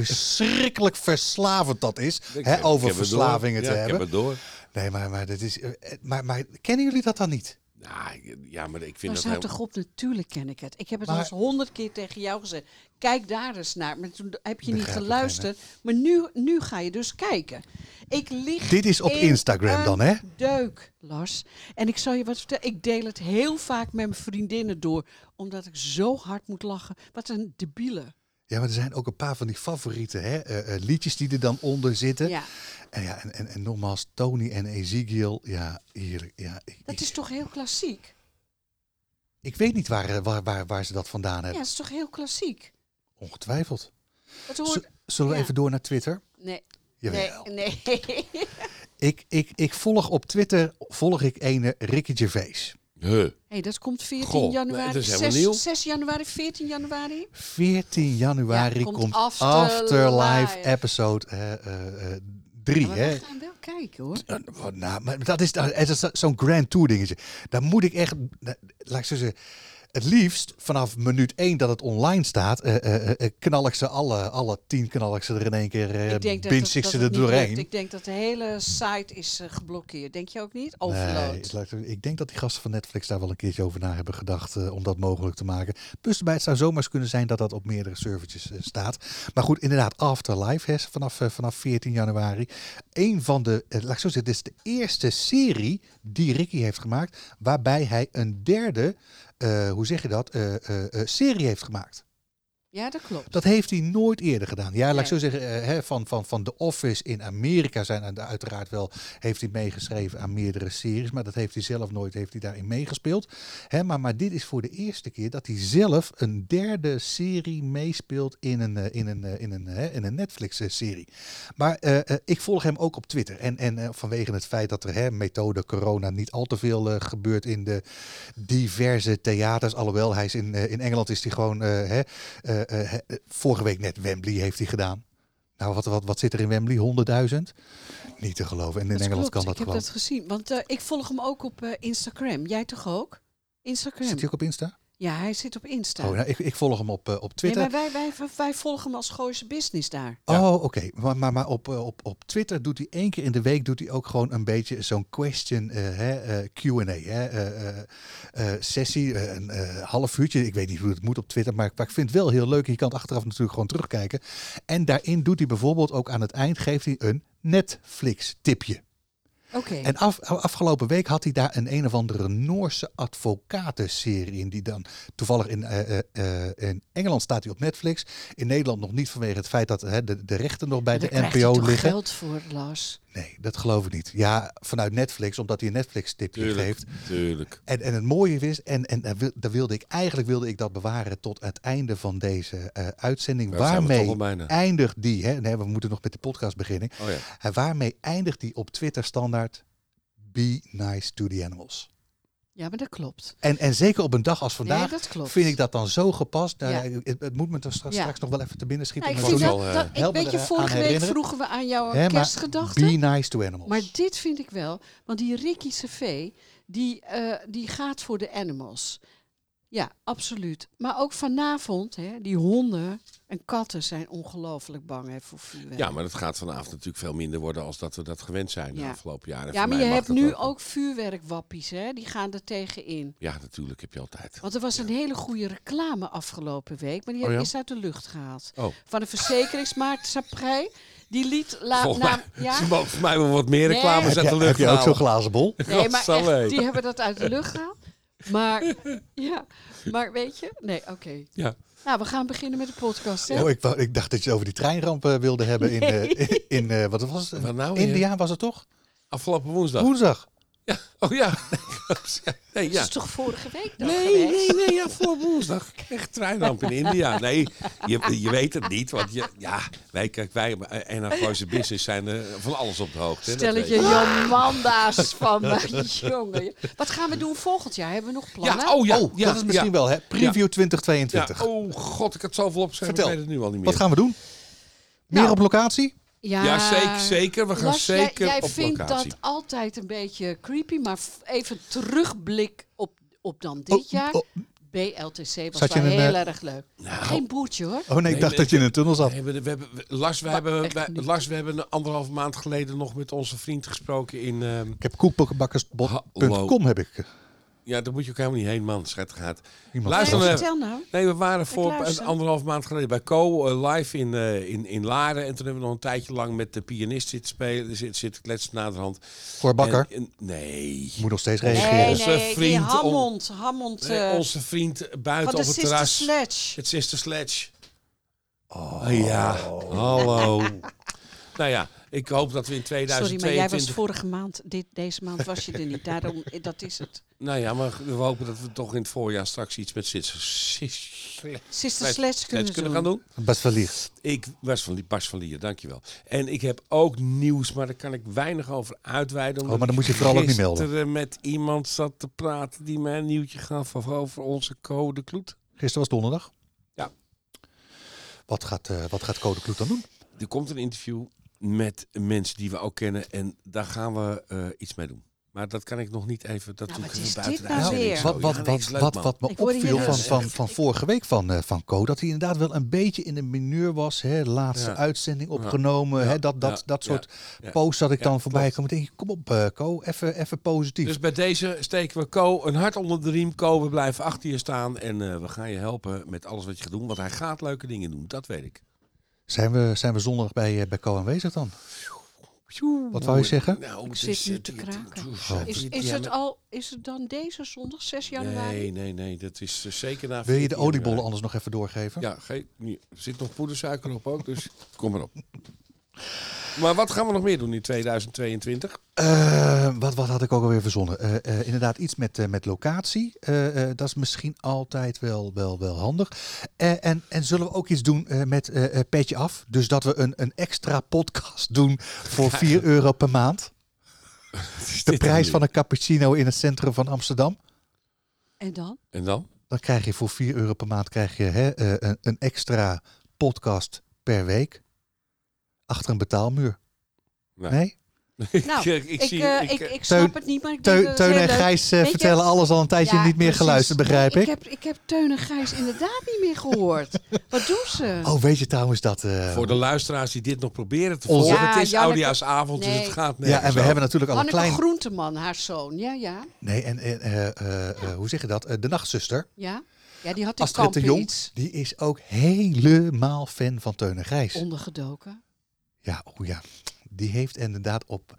verschrikkelijk verslavend dat is?
Ik
Hè,
heb- ik
over
heb het
verslavingen
door.
te
Ja, Ik
hebben.
heb het door.
Nee, maar, maar, dat is, eh, eh, maar, maar kennen jullie dat dan niet?
Nou, ja, maar ik vind
Maar
dat
zou
heel...
toch op, natuurlijk ken ik het. Ik heb het
Maar-
al eens honderd keer tegen jou gezegd. Kijk daar eens naar. Maar toen heb je niet
Begrijp ik,
geluisterd. Maar nu, nu ga je dus kijken. Ik lig
Dit is op
in
Instagram
een
dan, hè?
deuk, Lars. En ik zal je wat vertellen. Ik deel het heel vaak met mijn vriendinnen door. Omdat ik zo hard moet lachen. Wat een debiele.
Ja, maar er zijn ook een paar van die favoriete hè, eh, eh, liedjes die er dan onder zitten.
Ja.
En, ja, en, en, en nogmaals, Tony en Ezekiel. Ja, heerlijk. Ja, ik,
Dat
ik-
is toch heel klassiek?
ik weet niet waar, eh, waar, waar, waar ze dat vandaan
Ja,
hebben.
dat is toch heel klassiek?
Ongetwijfeld.
Dat
Z-
hoort...
zullen we
ja.
even door naar Twitter?
Nee. Nee,
Jawel.
nee. <laughs>
Ik, ik, ik volg op Twitter volg ik ene Ricky Gervais.
Huh.
Hey, dat komt 14
Goh, nee,
januari.
dat is helemaal nieuw.
6, 6 januari, 14 januari.
14 januari
Ja,
komt,
komt
Afterlife
Afterlife.
episode. eh, eh, eh, drie,
Maar
hè?
we gaan wel kijken hoor.
Ja, wat Nou, maar dat is, dat is zo'n grand tour dingetje. Daar moet ik echt, nou, laat ik zo zeggen, het liefst vanaf minuut één dat het online staat, eh, eh, eh, knal ik ze alle, alle tien knal ik ze er in één keer, eh
ik denk dat,
binge
het-
ik
dat
ze
het
er
niet lukt.
doorheen.
Ik denk dat de hele site is eh, geblokkeerd. Denk je ook
Nee,
niet? Overload.
het lijkt- ik denk dat die gasten van Netflix daar wel een keertje over na hebben gedacht eh, om dat mogelijk te maken. Plus erbij, het zou zomaar eens kunnen zijn dat dat op meerdere servertjes eh, staat. Maar goed, inderdaad, Afterlife hè, vanaf, eh, vanaf 14 januari. Een van de, eh, laat ik zo zeggen, dit is de eerste serie die Ricky heeft gemaakt waarbij hij een derde, eh, hoe zeg je dat, eh, eh, eh, serie heeft gemaakt.
Ja, dat klopt.
Dat heeft hij nooit eerder gedaan. Ja, laat ik zo
Nee.
zeggen, eh, hè, van, van, van The Office in Amerika zijn er uiteraard wel, heeft hij meegeschreven aan meerdere series, maar dat heeft hij zelf nooit, heeft hij daarin meegespeeld. Hè, maar, maar dit is voor de eerste keer dat hij zelf een derde serie meespeelt in een, eh, in een, eh, in een, hè, in een Netflix-serie. Maar eh, eh, ik volg hem ook op Twitter. En, en eh, vanwege het feit dat er hè, methode corona niet al te veel eh, gebeurt in de diverse theaters. Alhoewel, hij is in, eh, in Engeland is hij gewoon. eh, hè, eh, eh, hè, eh, vorige week net Wembley heeft hij gedaan. Nou, wat, wat, wat zit er in Wembley? 100.000? Niet te geloven. En in
Dat
Engeland kan
klopt.
dat
Ik heb
gewoon.
dat gezien. Want eh, ik volg hem ook op eh, Instagram. Jij toch ook? Instagram.
Zit hij ook op Insta?
Ja, hij zit op Insta.
Oh, nou, ik, ik volg hem op, eh, op
nee,
Twitter.
maar wij, wij, wij, wij volgen hem als Gooise Business daar.
Oh, oké. Maar, maar, maar op, eh, op, op Twitter doet hij één keer in de week doet hij ook gewoon een beetje zo'n question eh, hè, eh, Q&A hè, eh, eh, eh, sessie. eh, een eh, half uurtje. Ik weet niet hoe het moet op Twitter, maar, maar ik vind het wel heel leuk. Je kan het achteraf natuurlijk gewoon terugkijken. En daarin doet hij bijvoorbeeld ook aan het eind geeft hij een Netflix tipje.
Oké.
En af, afgelopen week had hij daar een een of andere Noorse advocatenserie in. Die dan toevallig in, eh, eh, eh, in Engeland staat hij op Netflix. In Nederland nog niet vanwege het feit dat hè, de, de rechten nog bij
Maar
de
daar krijgt hij
NPO
toch
liggen.
geld voor, Lars.
Nee, dat geloof ik niet. Ja, vanuit Netflix, omdat hij een Netflix tipje
Tuurlijk,
geeft.
tuurlijk.
En, en het mooie is, en, en daar wil- daar wilde ik eigenlijk wilde ik dat bewaren tot het einde van deze eh, uitzending.
Daar Nou, zijn we toch al
waarmee
bijna.
eindigt die? Hè? Nee, we moeten nog met de podcast beginnen.
Oh ja.
En waarmee eindigt die op Twitter standaard? Be nice to the animals.
Ja, maar dat klopt.
En, en zeker op een dag als vandaag
dat klopt.
vind ik dat dan zo gepast. Nou,
Ja.
het, het moet me toch straks,
Ja.
straks nog wel even te binnen schieten.
Nou, ik
maar
vind
zo-
Sowieso,
dat,
eh,
dat, ik
help me
weet je,
eraan
vorige week
herinneren.
vroegen we aan jou
Hè,
een
maar
kerstgedachte.
Be nice to animals.
Maar dit vind ik wel, want die Ricky Servee, die, eh, die gaat voor de animals. Ja, absoluut. Maar ook vanavond, hè, die honden en katten zijn ongelooflijk bang hè, voor vuurwerk.
Ja, maar dat gaat vanavond natuurlijk veel minder worden als dat we dat gewend zijn de
Ja.
afgelopen jaren.
Ja,
Voor
maar je
mij mag
hebt
dat
nu ook vuurwerkwappies, hè? die gaan er tegenin.
Ja, natuurlijk heb je altijd.
Want er was een hele goede reclame afgelopen week, maar die
Oh ja?
is uit de lucht gehaald.
Oh.
Van een verzekeringsmaatschappij, die liet... La,
Volgens mij,
na- ja?
ze mogen voor mij wel wat meer
Nee.
reclames
heb,
uit de
je, heb
lucht
je ook zo'n
halen.
glazen bol?
Nee, maar
Godzallee.
echt, die hebben dat uit de lucht gehaald. Maar, <laughs> ja, maar weet je? Nee, oké.
Ja.
Nou, we gaan beginnen met de podcast. Hè?
Oh, ik, wou- ik dacht dat je het over die treinramp eh, wilde hebben in, eh, in, eh, wat was het?
Wat nou weer?
India was het toch?
Afgelopen woensdag.
Woensdag.
Ja. Oh ja. <laughs> nee,
Dat
ja.
is toch vorige week dan
Nee,
geweest?
nee, nee, ja, voor woensdag. Echt treinramp in India. Nee, je, je weet het niet, want je, ja, wij, kijk, wij eh, en Agroze Business zijn eh, van alles op de hoogte. hè, dat weet
Stelletje
je.
Jomanda's
<laughs>
van mij, jongen. Wat gaan we doen volgend jaar? Hebben we nog plannen?
Ja, oh ja,
oh,
ja,
dat is misschien
ja.
wel hè? preview
Ja,
2022.
oh god, ik had zoveel opgeschreven, ik
Vertel,
weet het nu al niet meer.
wat gaan we doen? Meer
Nou.
op locatie?
Ja,
Ja, zeker, zeker. We gaan
Lars, jij-
zeker
jij,
op
vindt
locatie.
dat altijd een beetje creepy, maar f- even terugblik op, op dan dit
Oh,
jaar.
oh.
BLTC was
Zat je
wel
in een,
heel
eh,
erg leuk.
Nou.
Geen boertje hoor.
Oh nee, ik dacht
nee,
dat je in een tunnel zat.
Nee, we, we hebben, we- Lars, we hebben, wij- Lars, we hebben een anderhalf maand geleden nog met onze vriend gesproken in... ehm,
Ik heb koekbakkersbot.com
Hallo.
heb ik. eh,
ja, daar moet je ook helemaal niet heen, man. Schet gaat.
Iemand
Luister
nee,
nou even.
vertel nou.
Nee, we waren voor een
luister.
anderhalf maand geleden bij Co eh, live in, eh, in, in Laren. En toen hebben we nog een tijdje lang met de pianist zitten spelen, zitten, zitten kletsen naderhand.
Voor Bakker.
En- en- nee.
Moet nog steeds
Nee,
reageren.
Nee,
onze
nee, die
vriend om-
Hammond. Hammond
Nee,
eh,
onze vriend buiten
van de
op het
Sister
terras.
Sledge.
Het Sister Sledge. Oh ja,
<laughs>
hallo. nou ja, ik hoop dat we in
Sorry,
2022...
maar jij was vorige maand, dit, deze maand was je er niet.
<laughs>
Daarom, eh, dat is het.
Nou ja, maar we hopen dat we toch in het voorjaar straks iets met Sister Sledge
Sister Sledge kunnen,
kunnen
doen.
gaan doen.
Best wel lief.
Ik was van die Bas van Lier, dankjewel. En ik heb ook nieuws, maar daar kan ik weinig over uitweiden. omdat
Oh, maar dan
ik
moet je vooral ook niet melden.
gisteren met iemand zat te praten die mij een nieuwtje gaf over onze code Kloet.
Gisteren was donderdag.
Ja.
Wat gaat, eh, wat gaat Code Kloet dan doen?
Er komt een interview met mensen die we ook kennen. En daar gaan we eh, iets mee doen. Maar dat kan ik nog niet even. Dat
Nou,
doe ik
wat is
even
dit
buiten de
nou
Ja,
uitzending
weer?
zo.
wat, wat,
Ja, nee,
wat,
is leuk,
wat,
man.
wat me
Ik hoorde
opviel
je
van,
dus,
van,
echt.
van vorige week van, eh, van Co, dat hij inderdaad wel een beetje in de mineur was. Hè, laatste
Ja.
uitzending opgenomen.
Ja.
Hè, dat, dat,
Ja.
dat
Ja.
soort
Ja.
posts dat ik
Ja,
dan voorbij
klopt.
kwam. Ik denk, kom op eh, Co, even even positief.
Dus bij deze steken we Co een hart onder de riem. Co, we blijven achter je staan. En eh, we gaan je helpen met alles wat je gaat doen. Want hij gaat leuke dingen doen, dat weet ik.
zijn, we, zijn we zondag bij, eh, bij Co aanwezig dan? Wat wou je zeggen? Oh,
Nou,
Ik zit nu te kraken. Is, is, het al, is het dan deze zondag, 6 januari?
Nee, nee, nee. Dat is eh, zeker na.
Wil je de
14
oliebollen
januari.
anders nog even doorgeven?
Ja, geen- nee, er zit nog poedersuiker op ook, dus <laughs> kom maar op. Maar wat gaan we nog meer doen
<laughs>
in 2022?
Eh, wat, wat had ik ook alweer verzonnen? Eh, eh, inderdaad, iets met, eh, met locatie. Eh, eh, dat is misschien altijd wel, wel, wel handig. Eh, en, en zullen we ook iets doen eh, met eh, eh, Petje Af? Dus dat we een, een extra podcast doen voor 4 euro per maand. De prijs van een cappuccino in het centrum van Amsterdam.
En dan?
En dan? <laughs>
Dan krijg je voor 4 euro per maand krijg je, hè, eh, een, een extra podcast per week. Achter een betaalmuur.
Nee.
Nee?
Nou, ik, ik, eh, ik, ik snap
Teun-
het niet, maar ik denk
Teun,
dat het
Teun
heel
en
leuk
Gijs eh,
Weet je-
vertellen alles al een tijdje
Ja,
niet meer
precies.
geluisterd, begrijp
Nee,
ik.
heb, ik heb Teun en Gijs inderdaad niet meer
<laughs>
gehoord. Wat doen ze?
Oh, weet je trouwens dat... eh,
Voor de luisteraars die dit nog proberen te
Onze-
volgen,
Ja,
het is
Janneke-
Oudjaarsavond,
Nee.
dus het gaat
ja, en we hebben natuurlijk al een
Hanneke
klein...
Groenteman, haar zoon. Ja, ja.
Nee, en eh, eh, eh, eh, hoe zeg je dat? Eh, de nachtzuster,
Ja, ja die had in
Astrid de
kampen
Jong,
iets
die is ook helemaal fan van Teun en Gijs.
ondergedoken.
Ja, oh ja. Die heeft inderdaad op...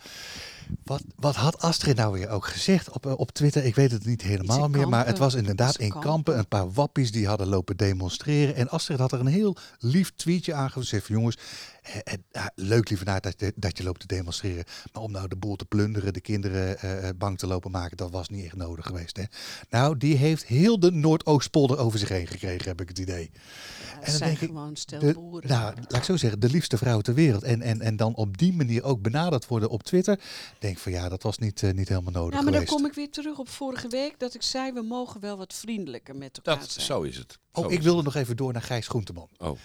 Wat, wat had Astrid nou weer ook gezegd op, eh, op Twitter? Ik weet het niet helemaal meer,
in
maar
Kampen.
het was inderdaad
Iets in
in kampen. Een paar wappies die hadden lopen demonstreren. En Astrid had er een heel lief tweetje aangezegd. Ze zei van, Jongens, eh, eh, ja, leuk liever naar dat, je- dat je loopt te demonstreren. Maar om nou de boel te plunderen, de kinderen eh, eh, bang te lopen maken, dat was niet echt nodig geweest. Hè? Nou, die heeft heel de Noordoostpolder over zich heen gekregen, heb ik het idee.
Ja,
dan
dat zijn
denk ik,
gewoon stel
De-
boeren.
nou, laat ik zo zeggen, de liefste vrouw ter wereld. En, en, en dan op die manier ook benaderd worden op Twitter. Ik Denk van ja, dat was niet, eh, niet helemaal nodig
ja, maar dan
geweest.
kom ik weer terug op vorige week dat ik zei we mogen wel wat vriendelijker met elkaar
Dat,
zijn.
zo is het. Zo
Oh, ik
is
wilde nog even door naar Gijs Groenteman.
het. Oh.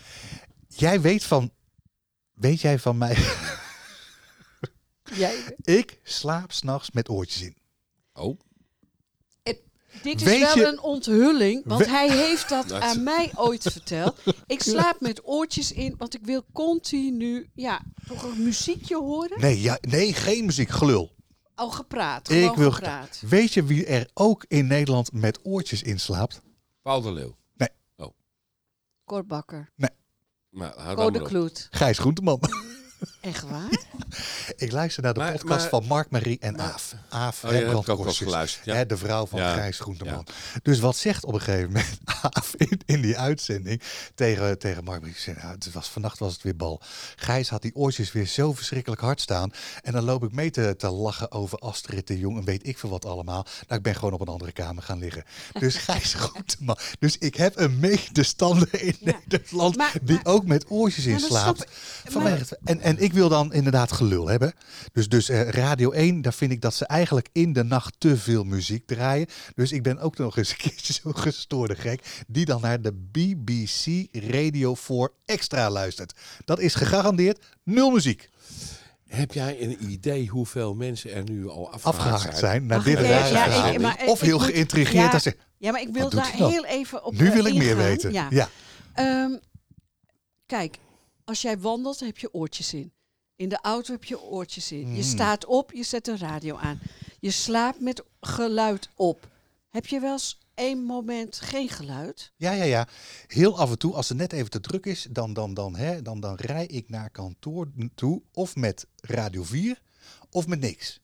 Jij weet van... Weet jij van mij? <laughs>
Jij,
ik slaap s'nachts met oortjes in.
Oh.
dit is
Weet
wel
je-
een onthulling, want
We-
hij heeft dat
Dat-
aan mij
<laughs>
ooit verteld. Ik slaap met oortjes in, want ik wil continu ja, toch een muziekje horen.
Nee, ja, nee geen muziek, gelul.
Al gepraat, gewoon
ik wil...
gepraat.
Weet je wie er ook in Nederland met oortjes in slaapt?
Paul de Leeuw.
Kortbakker,
Maar, hou dan
Code
maar op.
Kloet.
Gijs Groenteman.
Echt waar?
ik luister naar de
Maar-
podcast
maar-
van Mark, Marie en Aaf. Aaf
Oh, ja, heb ik ook wel
Rembrandt-Korsjes.
geluisterd, ja.
Hè, de vrouw van
Ja,
Gijs Groenteman. Dus wat zegt op een gegeven moment <laughs> Aaf in, in die uitzending tegen, tegen Mark Marie? Ze zei, Nou, het was, vannacht was het weer bal. Gijs had die oortjes weer zo verschrikkelijk hard staan. En dan loop ik mee te, te lachen over Astrid de Jong en weet ik veel wat allemaal. Nou, ik ben gewoon op een andere kamer gaan liggen.
<laughs>
Dus Gijs Groenteman. Dus ik heb een medestander in
Ja.
Nederland
Maar-
die
maar-
ook met oortjes in
Ja, dat snap
slaapt.
ik.
Vanwege
Maar-
het- en, en ik wil dan inderdaad gelul hebben. Dus, dus eh, Radio 1, daar vind ik dat ze eigenlijk in de nacht te veel muziek draaien. Dus ik ben ook nog eens een <laughs> keertje zo'n gestoorde gek. Die dan naar de BBC Radio 4 Extra luistert. Dat is gegarandeerd nul muziek.
Heb jij een idee hoeveel mensen er nu al afgehaakt,
Afgehaakt zijn naar
Mag
dit
ik
en daar.
even- ja, ik-
verhaal.
maar
of
ik
heel
moet-
geïntrigeerd.
ja,
dat ze,
Ja, maar ik wil
Wat doet
daar
hij dan?
heel even op
nu
eh,
wil ik meer
ingaan.
weten. Ja.
Ja. Ehm, kijk, als jij wandelt, heb je oortjes in. In de auto heb je oortjes in.
Hmm.
Je staat op, je zet de radio aan. Je slaapt met geluid op. Heb je wel eens één moment geen geluid?
Ja, ja, ja. Heel af en toe, als het net even te druk is, dan, dan, dan, hè, dan, dan rij ik naar kantoor n- toe. Of met Radio 4, of met niks.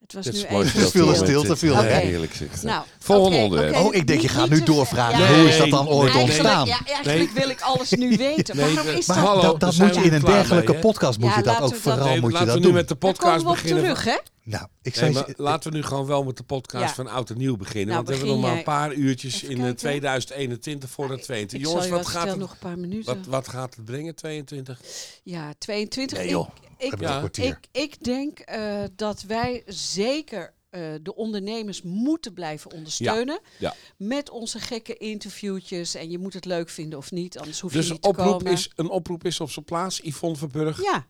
Het was
Dit
nu
is mooi
even
Er viel een
stil.
stilte,
Dit-
viel
Ja,
er, hè?
Heerlijk zeg.
Nou,
Volgende
oké,
onderwerp.
oké,
oh, ik denk, je
niet-
gaat
niet
nu
te ver.
doorvragen.
Ja,
Hoe is dat dan
Nee,
ooit
nee,
ontstaan?
Eigenlijk, ja, eigenlijk wil ik alles nu weten.
Nee,
Waarom
dat-
is
Maar
dat?
Hallo,
dat,
daar
dat
zijn
moet je
we
in een
klaar
dergelijke
mee, hè?
podcast moet
Ja,
je dat
laten
ook
we dat-
vooral
Nee,
moet je
laten
dat
we nu
doen.
met de
Daar komen
podcast
we op
beginnen.
terug, hè?
Nou, ik
Nee,
zei
maar
ze-
laten we nu gewoon wel met de podcast
Ja.
van oud en nieuw beginnen.
Nou,
want we hebben nog
begin
maar een
jij.
paar uurtjes
Even
in eh,
kijken.
2021 voordat
Ik
22.
zal
Jongens,
je
wat
wel
gaat,
vertellen,
het,
nog een paar minuten.
wat, wat gaat het brengen, 22?
Ja, 22.
Nee, joh.
Ik,
hebben
ik,
we
ja,
een kwartier.
ik, ik denk eh, dat wij zeker eh, de ondernemers moeten blijven ondersteunen.
ja.
Met onze gekke interviewtjes. En je moet het leuk vinden of niet, anders hoef
Dus
je niet
een
te
oproep,
komen.
is, een oproep is op zijn plaats, Yvonne Verburg.
Ja,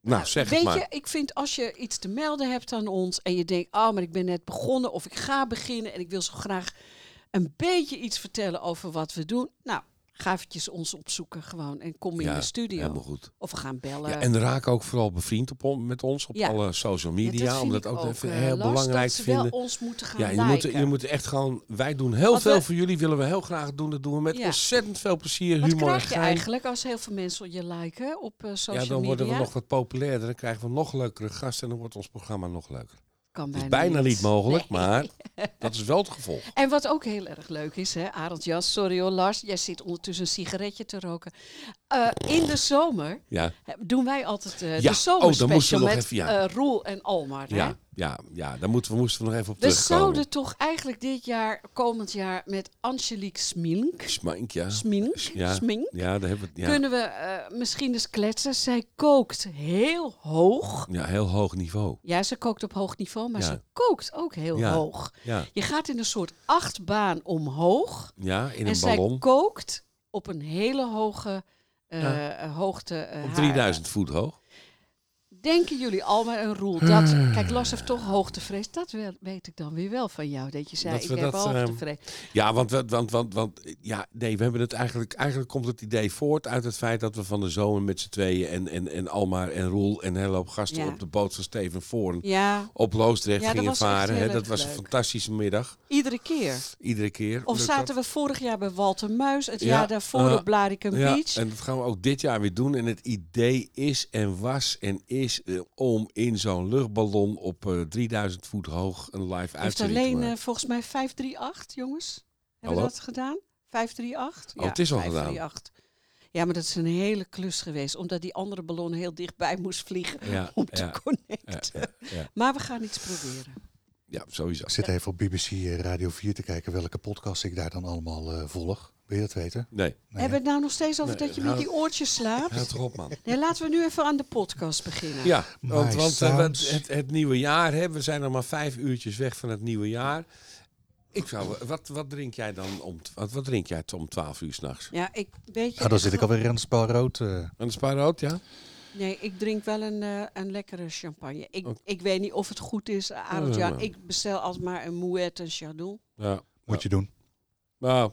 Nou, zeg
weet
het maar.
je, ik vind als je iets te melden hebt aan ons en je denkt, oh, maar ik ben net begonnen of ik ga beginnen en ik wil zo graag een beetje iets vertellen over wat we doen. Nou, ga eventjes ons opzoeken gewoon en kom in
Ja,
de studio.
helemaal goed.
Of we gaan bellen.
Ja, en raak ook vooral bevriend op, on- met ons op
eh, Ja.
alle social
Ja,
media.
vind
omdat
ik
ook even
eh,
heel
Lars,
belangrijk
dat ze
vinden.
wel ons moeten gaan
Ja, je
liken.
moet, je moet echt gewoon. Wij doen heel
Want
veel
we-
voor jullie, willen we heel graag doen. Dat doen we met
Ja.
ontzettend veel plezier,
Wat
humor en
krijg je
gein.
eigenlijk als heel veel mensen je liken op eh, social
Ja,
media?
dan worden we nog wat populairder. Dan krijgen we nog leukere gasten en dan wordt ons programma nog leuker.
Kan
Dat is bijna niet mogelijk,
Nee. <laughs>
maar dat is wel het gevolg.
En wat ook heel erg leuk is, hè, Arend Jas, sorry hoor Lars, jij zit ondertussen een sigaretje te roken. Eh, in de zomer
Ja,
eh, doen wij altijd eh
Ja,
de
oh, dan moesten
zomerspecial
we nog
met
even, ja.
eh, Roel en Almar. hè?
ja, ja, ja. Daar moeten we, moesten we nog even op
We
terugkomen.
zouden toch eigenlijk dit jaar, komend jaar, met Angelique Smink,
Smank, ja.
Smink,
Ja,
Smink
ja, daar hebben we, ja.
kunnen we eh, misschien eens kletsen. Zij kookt heel hoog.
ja, heel hoog niveau.
Ja, ze kookt op hoog niveau, maar
Ja.
ze kookt ook heel
Ja.
hoog.
Ja,
Je gaat in een soort achtbaan omhoog.
ja in
en
een ballon.
zij kookt op een hele hoge eh, hoogte. eh,
Op
haar.
3000 voet hoog.
Denken jullie Alma en Roel dat... Kijk, Lars heeft toch hoogtevrees. Dat wel, weet ik dan weer wel van jou. Dat je zei,
Dat
ik
we
heb
dat, ehm,
hoogtevrees.
Ja, want, we- want, want, want ja, nee, we hebben het eigenlijk, eigenlijk komt het idee voort uit het feit dat we van de zomer met z'n tweeën en, en, en Almar en Roel en een hele hoop gasten
Ja.
op de boot van Steven Voorn
ja,
op Loosdrecht
Ja, dat
gingen
was echt
varen.
heel
hè. dat
erg
was een
leuk.
fantastische middag,
iedere keer.
iedere keer.
Of zaten we vorig jaar bij Walter Muis. Het
Ja,
jaar daarvoor
eh,
op Blaricum
ja,
Beach.
en dat gaan we ook dit jaar weer doen. En het idee is en was en is eh, om in zo'n luchtballon op eh, 3000 voet hoog een live
heeft
uitzending te
alleen
maken.
eh, volgens mij 538, jongens. Hebben
Hallo?
dat gedaan? 538?
Oh, het is al gedaan.
538. Ja, maar dat is een hele klus geweest. Omdat die andere ballon heel dichtbij moest vliegen
Ja,
<laughs> om te
ja,
connecten.
ja, Nou ja.
Maar we gaan iets proberen.
ja, sowieso.
Ik zit even op BBC eh, Radio 4 te kijken welke podcasts ik daar dan allemaal eh, volg. Wil je dat weten?
Nee,
Hebben we het nou nog steeds over
Nee,
dat je
nou,
met die oortjes
houd
slaapt?
toch op man.
Nee, laten we nu even aan de podcast beginnen.
<laughs> Ja,
My
want, want eh,
sounds.
wat- het, het nieuwe jaar, hè, we zijn nog maar vijf uurtjes weg van het nieuwe jaar. Ik zou, eh, wat, wat drink jij dan om, t- wat, wat drink jij t- om twaalf uur s'nachts?
Ja, ik weet je.
Ah, dan zit ik alweer aan het spaar rood. eh.
Een spaarrood, ja?
Nee, ik drink wel een, eh, een lekkere champagne. Ik, ik weet niet of het goed is, Arend
Ja,
Jan.
nou.
Ik bestel altijd maar een mouette en chardon.
Ja.
moet je doen.
Nou, er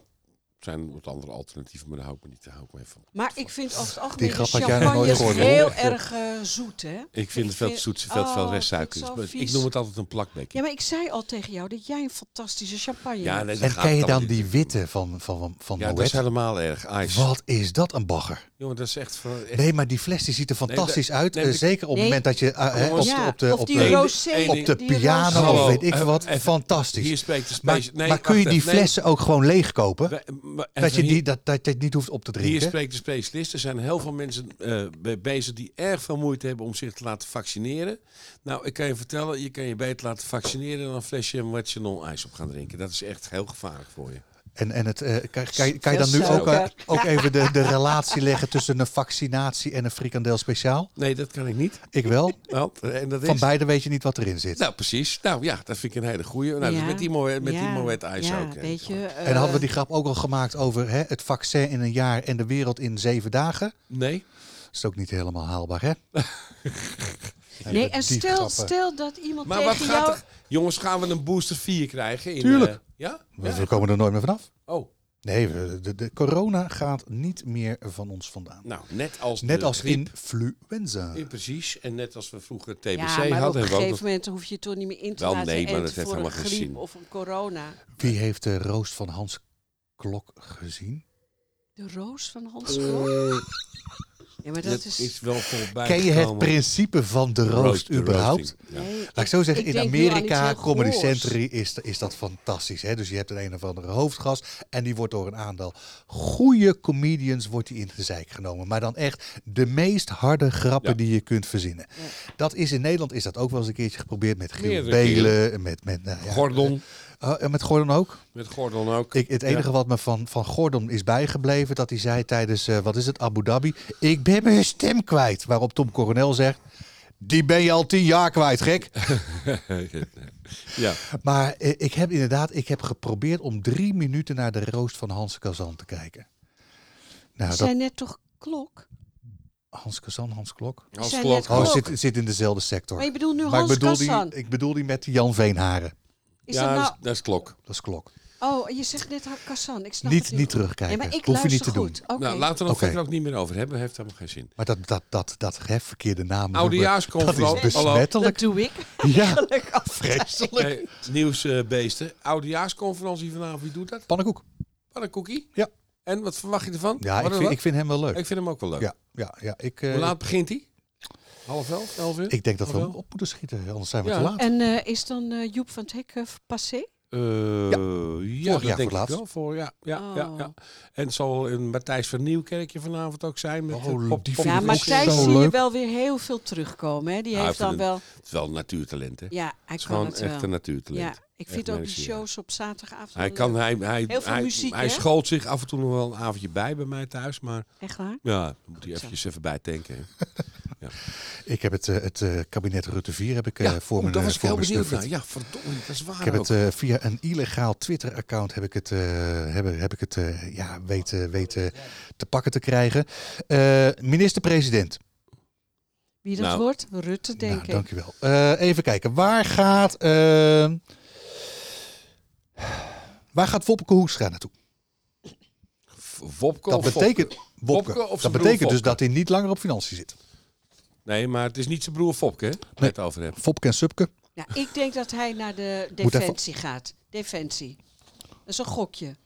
zijn wat andere alternatieven, maar daar hou ik me niet hou ik me even van.
Maar ik vind over het
Die
algemeen
grap had jij nog
champagne
nooit
is
gehoord,
heel
hoor.
erg eh, zoet, hè?
Ik vind het veel te
vind-
zoet, veel te
oh,
veel
vind ik
restsuikers.
zo
Maar Ik
vies.
noem het altijd een plakbekje.
Ja, maar ik zei al tegen jou dat jij een fantastische champagne hebt.
nee, dat
En
Dus gaat
ken je dan
niet.
die witte van, van, van
Ja, dat is
Moet?
helemaal erg. Ice.
Wat is dat een bagger?
Jongen, dat is echt... Voor, echt
Nee, maar die fles die ziet er fantastisch
dat-
uit.
nee,
eh,
dat-
zeker op het
Nee.
moment dat je eh, hè,
Jongens,
op,
Ja,
de- op de,
of
op
die
Eén
de,
roos-
rosé.
ding-
op de
die roze-
piano of
Hallo,
weet ik
eh,
veel wat.
even-
Fantastisch.
hier spreekt de
maar,
special... Nee,
maar kun je
wacht
die
even, nee.
flessen ook gewoon leeg kopen?
We- maar
dat,
even
je
hier-
die, dat, dat je het niet hoeft op te
Hier
drinken?
spreekt de specialist. Er zijn heel veel mensen eh, be- bezig die erg veel moeite hebben om zich te laten vaccineren. Nou, ik kan je vertellen, je kan je beter laten vaccineren dan een flesje Moët ijs op gaan drinken. Dat is echt heel gevaarlijk voor je.
En, en het, eh, kan, kan, je- kan je dan nu
Veel
ook, eh,
suiker.
ook even de, de relatie leggen tussen een vaccinatie en een frikandel speciaal?
Nee, dat kan ik niet.
Ik wel.
Want, eh, en dat
Van
is...
beide weet je niet wat erin zit.
Nou, precies. Nou ja, dat vind ik een hele goeie. Nou, dus
Ja,
met die Moët met die
ja,
Moët ijs
ja,
ook. hè.
Weet je, eh,
en hadden we die grap ook al gemaakt over hè, het vaccin in een jaar en de wereld in zeven dagen?
Nee?
Dat is ook niet helemaal haalbaar,
<laughs>
hè?
eh, Nee, en
die
stel,
grappen.
stel dat iemand
Maar wat
tegen
gaat
jou...
er... Jongens, gaan we een booster 4 krijgen? In,
Tuurlijk.
eh, ja?
We,
Ja?
we komen er nooit meer vanaf.
Oh,
Nee, we- de, de corona gaat niet meer van ons vandaan.
nou, net als
Net
de
als
griep.
influenza.
Ja, precies. En net als we vroeger TBC
Ja, maar op
E hadden,
een
hebben we ook nog
gegeven moment hoef je het toch niet meer in te
Wel,
laten
nee, maar
enten
dat heeft
voor een
helemaal geen
griep
zin.
of een corona.
Wie heeft de roos van Hans Klok gezien?
De roos van Hans Klok? Ja, maar dat,
Eh. Dat
is...
is, wel voorbij.
Ken je het
gekomen.
principe van de
Roast,
roast
de
überhaupt?
roasting.
Nee,
Laat ik zo zeggen,
ik
in
denk nu aan iets
Amerika,
heel
Comedy
goors.
Century, is, is dat fantastisch. Hè? Dus je hebt een een of andere hoofdgast en die wordt door een aantal goede comedians wordt die in de zeik genomen. Maar dan echt de meest harde grappen
Ja.
die je kunt verzinnen. Dat is in Nederland is dat ook wel eens een keertje geprobeerd met Giel
Meerdere
Belen, met, met, nou ja,
Gordon.
eh, eh, met Gordon ook.
Met Gordon ook.
Ik, het enige wat me van, van Gordon is bijgebleven, dat hij zei tijdens, eh, wat is het, Abu Dhabi, ik ben mijn stem kwijt. Waarop Tom Coronel zegt, Die ben je al tien jaar kwijt, gek.
ja.
Maar eh, ik heb inderdaad ik heb geprobeerd om drie minuten naar de roost van Hans Kazan te kijken. Nou, dat,
Zijn net toch klok?
Hans Kazan, Hans Klok.
Hans
Zijn
Klok.
net
Oh,
Klok.
zit, zit in dezelfde sector.
Maar je bedoelt nu
Maar ik
Hans
bedoel,
Kazan.
die, ik bedoel die met Jan Veenharen.
Is
ja, dus
dat
dat,
nou...
is, dat is klok.
Dat is Klok.
Oh, je zegt net haar Kassan. Ik snap
Niet-
het
niet terugkijken.
Nee, maar ik
Hoef je niet
luister
te doen.
goed. Oké.
Nou, laten we het er
Oké.
verder ook niet meer over hebben. Heeft helemaal geen zin.
Maar dat, dat, dat, dat hè, verkeerde naam. <laughs>
Oudejaarsconferentie.
Dat is
Hallo.
dat
besmettelijk.
doe ik.
Ja,
Leuk af.
vreselijk.
Hey, nieuwsbeesten. Oudejaarsconferentie vanavond. Wie doet dat?
Pannenkoek.
Wat een cookie.
Ja,
En wat verwacht je ervan?
ja
Wat
ik,
een
vind,
wat?
ik vind hem wel leuk.
Ik vind hem ook wel leuk.
Ja, ja, ja. Ik, eh,
Hoe laat begint hij? Half elf? Elf uur?
ik denk dat we hem
Half
op moeten schieten, anders zijn we
Ja.
te laat.
En eh, is dan eh, Joep van het Hek eh, passé?
elf? Eh, ja,
jaar
dat denk
voor
ik
het
wel. Voor, ja, ja, ja,
Oh.
ja. En het zal een Matthijs van Nieuwkerkje vanavond ook zijn. Met
Oh,
eh, pop-
die
pop-
vind
Ja,
ik
maar
ook
Thijs
zo
zie je
leuk.
wel weer heel veel terugkomen. Hè? Die
Ja,
heeft
Nou, hij
dan
vindt
wel...
Het is wel een natuurtalent, hè?
Ja, hij
Het is
kan
gewoon
het
echt een
wel.
natuurtalent.
Ja, ik vind
Echt
ook die
merkwaardig.
shows op zaterdagavond
Hij,
wel
kan,
leuk.
hij, hij,
Heel veel
hij,
muziek,
hij
hè?
scholt zich af en toe nog wel een avondje bij bij mij thuis. Maar
Echt waar?
ja, dan moet hij
zo.
eventjes even bij tanken. hè.
Ik heb het, eh, het eh, kabinet Rutte 4 heb ik eh, voor
oh,
mijn
dat
eh,
was ik
voor
heel
mijn
benieuwd
snuffert.
naar. Ja, verdomme, dat is waar
Ik heb
ook.
het eh, via een illegaal Twitter-account heb ik het, eh, heb, heb ik het eh, ja, weten, weten te pakken te krijgen. Eh, Minister-president.
Wie dat
Nou.
wordt? Rutte, denk
Nou,
ik.
dankjewel. Eh, even kijken. Waar gaat, eh, waar gaat Wopke Hoekstra naartoe?
Wopke
Dat
of Fopke?
betekent, Wopke,
Wopke of
dat betekent
zijn broer
dus
Fopke?
dat hij niet langer op financiën zit.
Nee, maar het is niet zijn broer Fopke, hè? waar je
Nee.
het over hebt.
Fopke en Subke.
Nou, ik denk dat hij naar de
Moet even-
defensie gaat. Defensie. Dat is een gokje.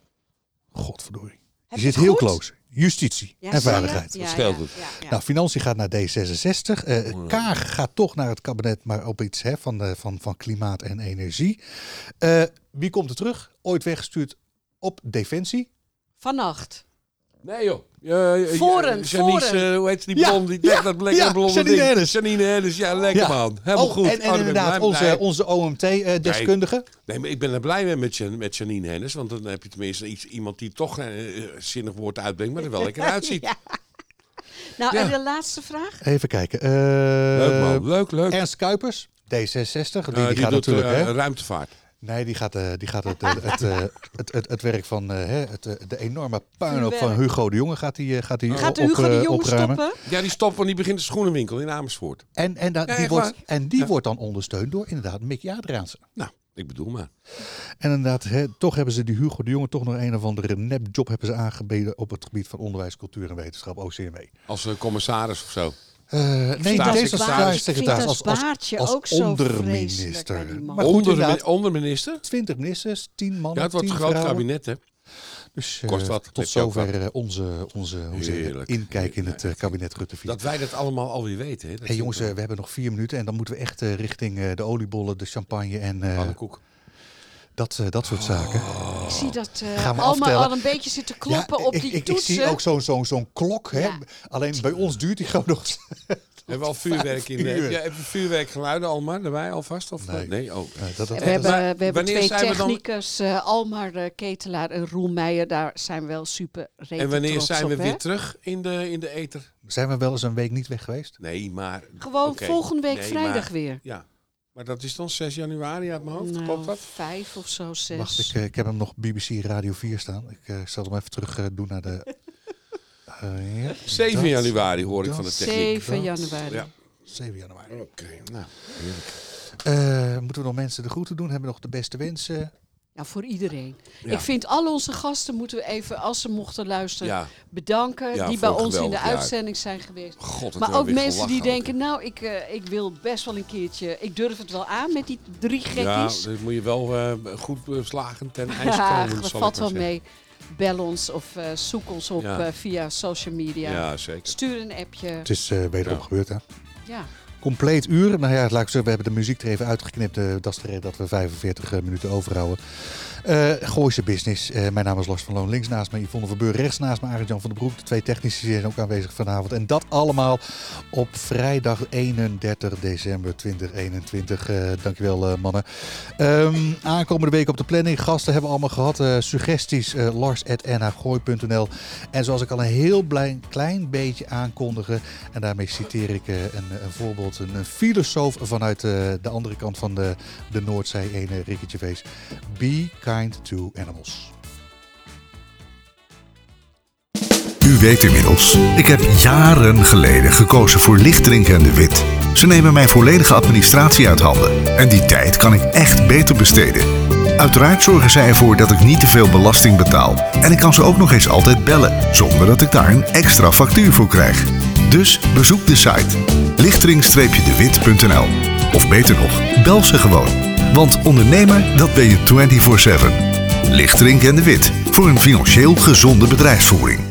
Godverdorie.
Heb
je zit
het
heel
goed?
close. Justitie
Ja,
en
zie je?
veiligheid.
Ja,
scheelt
ja,
het.
ja, ja.
Nou, Financiën gaat naar D66. Eh
Oh,
Kaag gaat toch naar het kabinet, maar op iets hè, van, eh, van, van klimaat en energie. Eh, wie komt er terug? Ooit weggestuurd op Defensie.
Vannacht.
Nee, joh. Eh, eh,
Voren,
Janice,
voren.
eh, hoe heet ze, die
Ja,
blond? Die ja,
ja,
dat lekkere
ja,
blonde
Janine
ding.
Hennis.
Janine Hennis, ja, lekker man. Helemaal
Oh,
goed.
En,
Oh,
en
daar ben ik blij
inderdaad,
mee.
onze, onze OMT-deskundige.
Nee, maar ik ben er blij mee met, Jan, met Janine Hennis. Want dan heb je tenminste iets, iemand die toch eh, eh, zinnig woord uitbrengt, maar er wel lekker
<laughs>
uitziet.
Ja. Nou,
Ja.
en de laatste vraag?
Even kijken. eh,
Leuk man, leuk, leuk.
Ernst Kuipers, D66. Die,
Eh,
die Eh, gaat
doet
natuurlijk.
eh,
hè?
ruimtevaart.
Nee, die gaat, eh, die gaat het, eh, het, eh, het, het, het werk van eh, hè, het, eh, de enorme puinhoop van
Vuurwerk.
Hugo de Jonge gaat die, eh, gaat die
Gaat de
op,
Hugo de
eh,
Jonge
opruimen.
stoppen?
Ja, die stopt, want die begint de schoenenwinkel in Amersfoort.
En, en, dat-
Ja,
die
echt
wordt,
waar.
en die
Ja.
wordt dan ondersteund door inderdaad Mick Jadriaanse.
Nou, ik bedoel maar.
En inderdaad, hè, toch hebben ze die Hugo de Jonge toch nog een of andere nepjob hebben ze aangebeden op het gebied van onderwijs, cultuur en wetenschap, OCMW.
Als eh, commissaris of zo.
Eh, nee,
dat
deze
Baartje-
staatssecretaris
ik vind dat
als, als,
Baartje
als
ook zo vreselijk bij
onderminister.
die man.
Maar goed,
Onder,
inderdaad,
onderminister?
20 ministers, 10 mannen,
Ja, het wordt
10
een groot
vrouwen.
kabinet, hè?
Dus eh,
Kost wat, heb
tot
je ook
zover eh, onze, onze hoe zeg je,
Heerlijk.
inkijk in het eh, kabinet Rutte 4.
Dat wij dat allemaal alweer weten. Hè? Dat
Hey
vind
jongens,
ik
eh, we hebben nog vier minuten en dan moeten we echt eh, richting eh, de oliebollen, de champagne en eh,
wel- pannenkoek.
dat, eh, dat soort zaken.
Oh.
Ik zie dat eh,
Ga maar
allemaal
aftellen.
al een beetje zitten Oh. kloppen
Ja,
op
ik,
die
ik, ik
toetsen.
zie ook zo'n zo'n zo'n klok. Hè?
Ja.
Alleen bij ons duurt die gewoon nog. <laughs>
We hebben al vuurwerk in de.
uur.
Heb je, heb je vuurwerkgeluiden al maar daarbij alvast? Of
Nee.
oh.
Eh, dat, dat,
We
dat-
hebben,
Maar
we hebben
wanneer
twee
zijn we dan-
technicus, eh, Almar eh, Ketelaar en Roel Meijer. Daar zijn we wel super reten
En wanneer
trots
zijn we
op, hè?
weer terug in de, in de ether?
Zijn we wel eens een week niet weg geweest?
Nee, maar.
Gewoon
oké.
volgende week
Nee,
vrijdag
maar-
weer.
Ja. Maar dat is dan 6 januari uit mijn hoofd.
Nou,
Klopt Oh, dat?
vijf of zo, zes.
Wacht, ik, eh, ik heb hem nog BBC Radio 4 staan. Ik eh, zal hem even terug eh, doen naar
<laughs>
de... Eh, ja,
7
dat-
januari hoor ik
dat-
van de techniek.
7 januari.
Ja.
7 januari.
Oké, nou.
Eh, moeten we nog mensen de groeten doen? Hebben we nog de beste wensen?
Ja, Nou, voor iedereen.
Ja.
Ik vind al onze gasten moeten we even, als ze mochten luisteren,
Ja.
bedanken.
Ja,
die
voor
bij ons
een
in de
geweldig jaar.
uitzending zijn geweest.
God, het
maar
hebben
ook
we weer
mensen die
gelachen ook,
denken, nou, ik, eh, ik wil best wel een keertje, ik durf het wel aan met die drie
Ja,
nou, gekkies.
dat moet je wel eh, goed eh, slagen
<laughs>
ten ijs
Ja,
komen.
dat
zal
valt
ik maar
wel
zeggen.
mee. Bel ons of eh, zoek ons op
Ja.
eh, via social media.
Ja, zeker.
Stuur een appje.
Het is eh wederom
Ja.
gebeurd, hè?
Ja.
Compleet uur. Nou ja, laat ik zeggen, we hebben de muziek er even uitgeknipt. eh, dat is de reden dat we 45 eh, minuten overhouden. Eh Gooise Business. Eh, mijn naam is Lars van Loon. Links naast me Yvonne Verbeur. Rechts naast me Arend-Jan van den Broek. De twee technici zijn ook aanwezig vanavond. En dat allemaal op vrijdag 31 december 2021. Eh, dankjewel eh, mannen. Ehm, aankomende week op de planning. Gasten hebben we allemaal gehad. Eh, suggesties eh lars.nhgooi.nl En zoals ik al een heel blij, klein beetje aankondigde. En daarmee citeer ik eh, een, een voorbeeld bijvoorbeeld een eh, filosoof vanuit eh, de andere kant van de, de Noordzee, een eh, Ricky Gervais. Be kind to animals.
U weet inmiddels, ik heb jaren geleden gekozen voor lichtdrinken en de wit. Ze nemen mijn volledige administratie uit handen en die tijd kan ik echt beter besteden. Uiteraard zorgen zij ervoor dat ik niet te veel belasting betaal. En ik kan ze ook nog eens altijd bellen, zonder dat ik daar een extra factuur voor krijg. Dus bezoek de site lichtering-dewit.nl Of beter nog, bel ze gewoon. Want ondernemer, dat ben je 24-7. Lichtering en de Wit voor een financieel gezonde bedrijfsvoering.